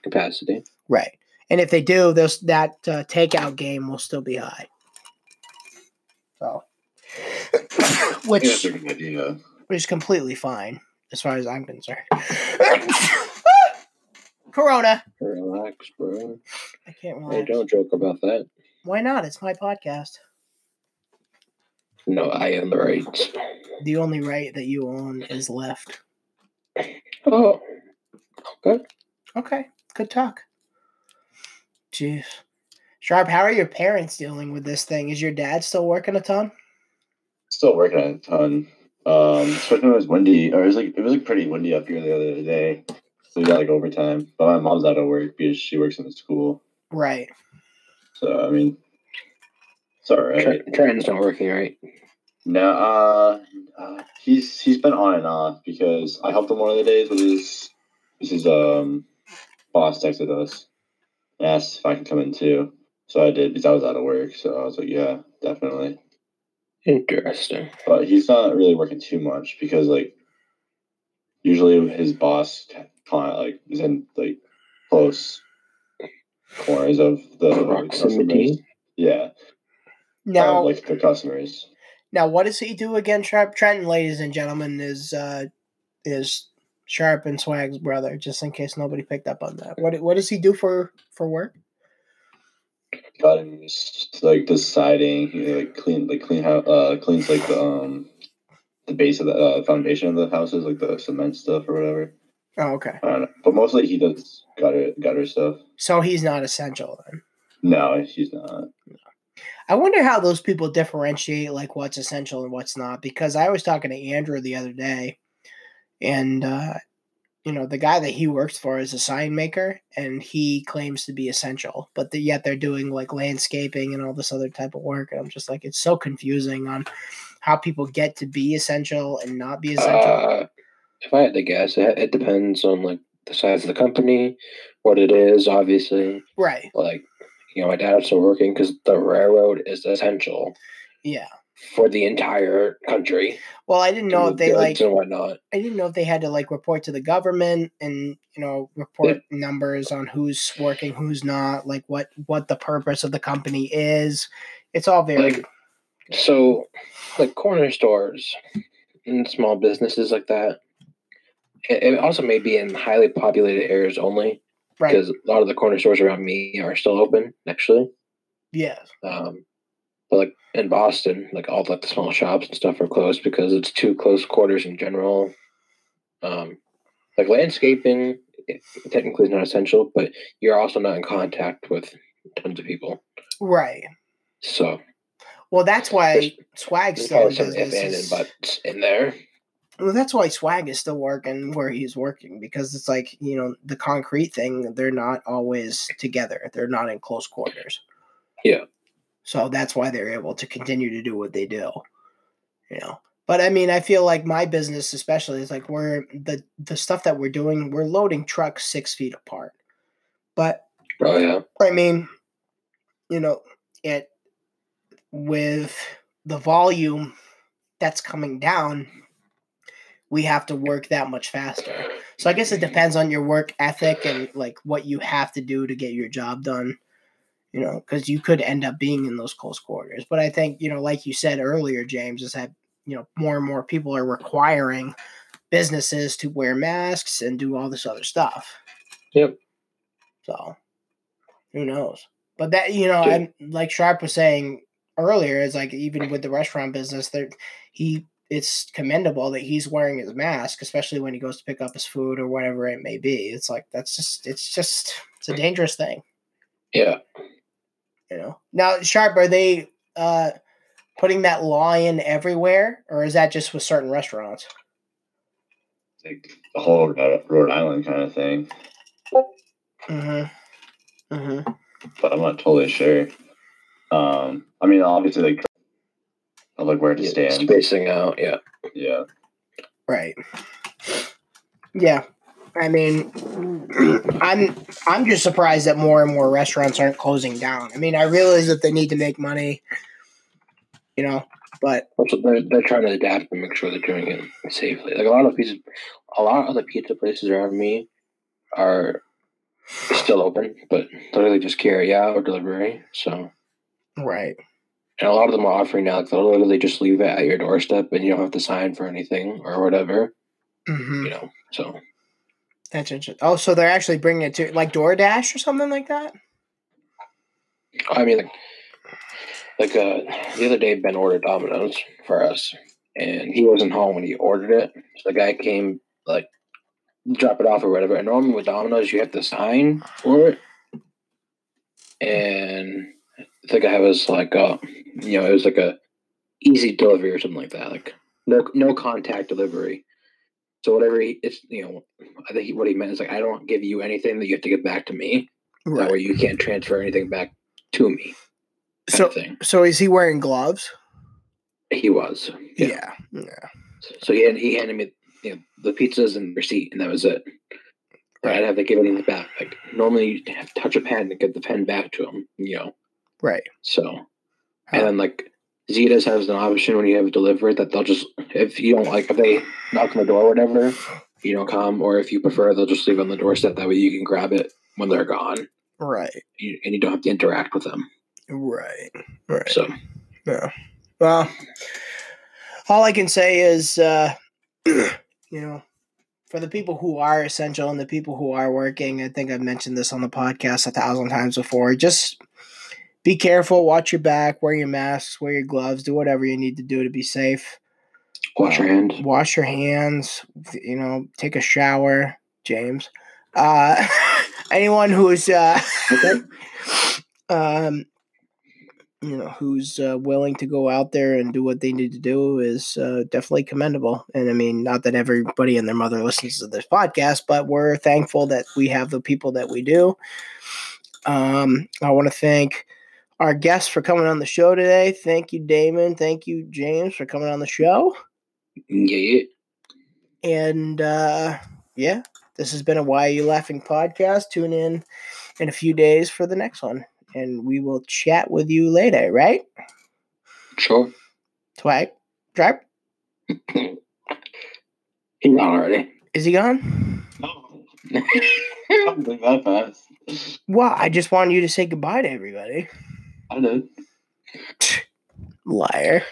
Speaker 2: capacity.
Speaker 1: right, and if they do, this that uh, takeout game will still be high. So,
Speaker 3: I
Speaker 1: which
Speaker 3: think that's a good idea.
Speaker 1: which is completely fine as far as I'm concerned. Corona.
Speaker 2: Relax, bro.
Speaker 1: I can't
Speaker 2: Hey,
Speaker 1: relax.
Speaker 2: don't joke about that.
Speaker 1: Why not? It's my podcast.
Speaker 2: No, I am the right.
Speaker 1: The only right that you own is left.
Speaker 2: Oh, okay.
Speaker 1: Okay. Good talk. Jeez. Sharp, how are your parents dealing with this thing? Is your dad still working a ton?
Speaker 3: Still working on a ton. Um, especially when it was windy, or it was like it was like pretty windy up here the other day, so we got like overtime. But my mom's out of work because she works in the school,
Speaker 1: Right.
Speaker 3: so I mean, it's all right.
Speaker 2: Tra- Train's not working right.
Speaker 3: No, uh, uh, he's he's been on and off because I helped him one of the days with his this is um boss texted us and asked if I could come in too. So I did because I was out of work. So I was like, yeah, definitely.
Speaker 2: Interesting.
Speaker 3: But he's not really working too much because like usually his boss client like is in like close corners of the customers.
Speaker 2: Proximity.
Speaker 3: Yeah,
Speaker 1: Now,
Speaker 3: of, Um, like the customers.
Speaker 1: now, what does he do again, Sharp? Trenton, ladies and gentlemen, is uh, is Sharp and Swag's brother. Just in case nobody picked up on that. What what does he do for for work?
Speaker 3: got him just, like deciding you know, like clean like clean house uh cleans like the um the base of the uh, foundation of the houses like the cement stuff or whatever
Speaker 1: Oh, okay.
Speaker 3: i don't know but mostly he does gutter gutter stuff
Speaker 1: So he's not essential then.
Speaker 3: no she's not
Speaker 1: I wonder how those people differentiate like what's essential and what's not because I was talking to Andrew the other day and uh you know the guy that he works for is a sign maker and he claims to be essential but the, yet they're doing like landscaping and all this other type of work and I'm just like it's so confusing on how people get to be essential and not be essential.
Speaker 2: Uh, if I had to guess, it, it depends on like the size of the company, what it is, obviously.
Speaker 1: right.
Speaker 2: Like, you know, my dad's still working because the railroad is essential
Speaker 1: Yeah.
Speaker 2: for the entire country.
Speaker 1: Well, I didn't know
Speaker 2: to
Speaker 1: if they
Speaker 2: goods
Speaker 1: like
Speaker 2: and whatnot.
Speaker 1: I didn't know if they had to like report to the government and you know report numbers on who's working, who's not, like what what the purpose of the company is. It's all very
Speaker 2: Like, so, like corner stores and small businesses like that. It, it also may be in highly populated areas only
Speaker 1: right.
Speaker 2: because a lot of the corner stores around me are still open, actually.
Speaker 1: Yeah,
Speaker 2: Um, but like in Boston, like all like the small shops and stuff are closed because it's too close quarters in general. Um, like landscaping it technically is not essential, but you're also not in contact with tons of people.
Speaker 1: Right.
Speaker 2: So
Speaker 1: Well, that's
Speaker 2: there's,
Speaker 1: why swag
Speaker 2: there's
Speaker 1: still
Speaker 2: probably
Speaker 1: in
Speaker 2: some if and,
Speaker 1: business.
Speaker 2: and
Speaker 1: is-
Speaker 2: buts in there.
Speaker 1: Well, that's why swag is still working where he's working because it's like you know the concrete thing. They're not always together. They're not in close quarters.
Speaker 2: Yeah.
Speaker 1: So that's why they're able to continue to do what they do. You know. But I mean, I feel like my business, especially, is like we're the the stuff that we're doing. We're loading trucks six feet apart. But
Speaker 2: Oh yeah.
Speaker 1: I mean, you know, it with the volume that's coming down, we have to work that much faster. So I guess it depends on your work ethic and like what you have to do to get your job done, you know, because you could end up being in those close quarters. But I think, you know, like you said earlier, James, is that, you know, more and more people are requiring businesses to wear masks and do all this other stuff.
Speaker 2: Yep.
Speaker 1: So who knows? But that, you know,
Speaker 2: Dude.
Speaker 1: and like Sharp was saying earlier, is like even with the restaurant business, there he it's commendable that he's wearing his mask, especially when he goes to pick up his food or whatever it may be. It's like that's just it's just it's a dangerous thing,
Speaker 2: Yeah.
Speaker 1: you know. Now, Sharp, are they uh putting that law in everywhere, or is that just with certain restaurants?
Speaker 3: Like the whole Rhode Rhode Island kind of thing,
Speaker 1: Mm-hmm. Mm-hmm.
Speaker 3: but I'm not totally sure. Um, I mean, obviously, like, of, like where to
Speaker 2: Yeah,
Speaker 3: stand.
Speaker 2: Spacing out. Yeah.
Speaker 3: Yeah.
Speaker 1: Right. Yeah. I mean, I'm I'm just surprised that more and more restaurants aren't closing down. I mean, I realize that they need to make money, you know, but
Speaker 2: Also, they're, they're trying to adapt and make sure they're doing it safely. Like a lot of pizza, a lot of the pizza places around me are still open, but literally just carry out or delivery. So,
Speaker 1: right.
Speaker 2: and a lot of them are offering now, like they'll literally just leave it at your doorstep, and you don't have to sign for anything or whatever.
Speaker 1: hmm
Speaker 2: You know, so
Speaker 1: That's interesting. Oh, so they're actually bringing it to like DoorDash or something like that.
Speaker 2: I mean, like, like uh, the other day, Ben ordered Domino's for us, and he wasn't home when he ordered it. So the guy came like drop it off or whatever. And normally with Domino's, you have to sign for it. And I think I was like, uh, you know, it was like a easy delivery or something like that, like no no contact delivery. So whatever he, it's you know, I think he, what he meant is like I don't give you anything that you have to give back to me. That way you can't transfer anything back to me. Kind
Speaker 1: So
Speaker 2: of thing.
Speaker 1: so is he wearing gloves?
Speaker 2: He was. Yeah.
Speaker 1: Yeah.
Speaker 2: So he had, he handed me you know, the pizzas and receipt, and that was it. I
Speaker 1: Right.
Speaker 2: didn't have to give anything back. Like normally, you have to touch a pen and get the pen back to him. You know,
Speaker 1: Right.
Speaker 2: so
Speaker 1: Huh.
Speaker 2: and then like Zetas has an option when you have a delivery that they'll just if you don't like if they knock on the door or whatever, you don't come, or if you prefer, they'll just leave it on the doorstep. That way, you can grab it when they're gone,
Speaker 1: Right.
Speaker 2: you, and you don't have to interact with them.
Speaker 1: Right. Right.
Speaker 2: So
Speaker 1: Yeah. Well, all I can say is, uh, you know, for the people who are essential and the people who are working, I think I've mentioned this on the podcast a thousand times before. Just be careful, watch your back, wear your masks, wear your gloves, do whatever you need to do to be safe.
Speaker 2: wash your
Speaker 1: Uh,
Speaker 2: hands.
Speaker 1: Wash your hands. You know, take a shower, James. Uh, anyone who's uh,
Speaker 2: Okay.
Speaker 1: um, you know, who's uh, willing to go out there and do what they need to do is uh, definitely commendable. And I mean, not that everybody and their mother listens to this podcast, but we're thankful that we have the people that we do. Um, I want to thank our guests for coming on the show today. Thank you, Damon. Thank you, James, for coming on the show.
Speaker 2: Yeah, yeah.
Speaker 1: And uh, yeah, this has been a Why Are You Laughing podcast. Tune in in a few days for the next one. And we will chat with you later, right?
Speaker 2: sure.
Speaker 1: Twag? Drive?
Speaker 2: He's on already.
Speaker 1: Is he gone?
Speaker 3: No, I don't think that fast.
Speaker 1: Well, I just wanted you to say goodbye to everybody.
Speaker 3: I did.
Speaker 1: Liar.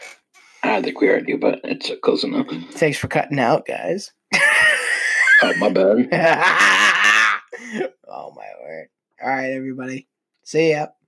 Speaker 2: I don't think we already, but it's close enough.
Speaker 1: Thanks for cutting out, guys.
Speaker 2: Oh my bad.
Speaker 1: oh, my word. All right, everybody. See ya.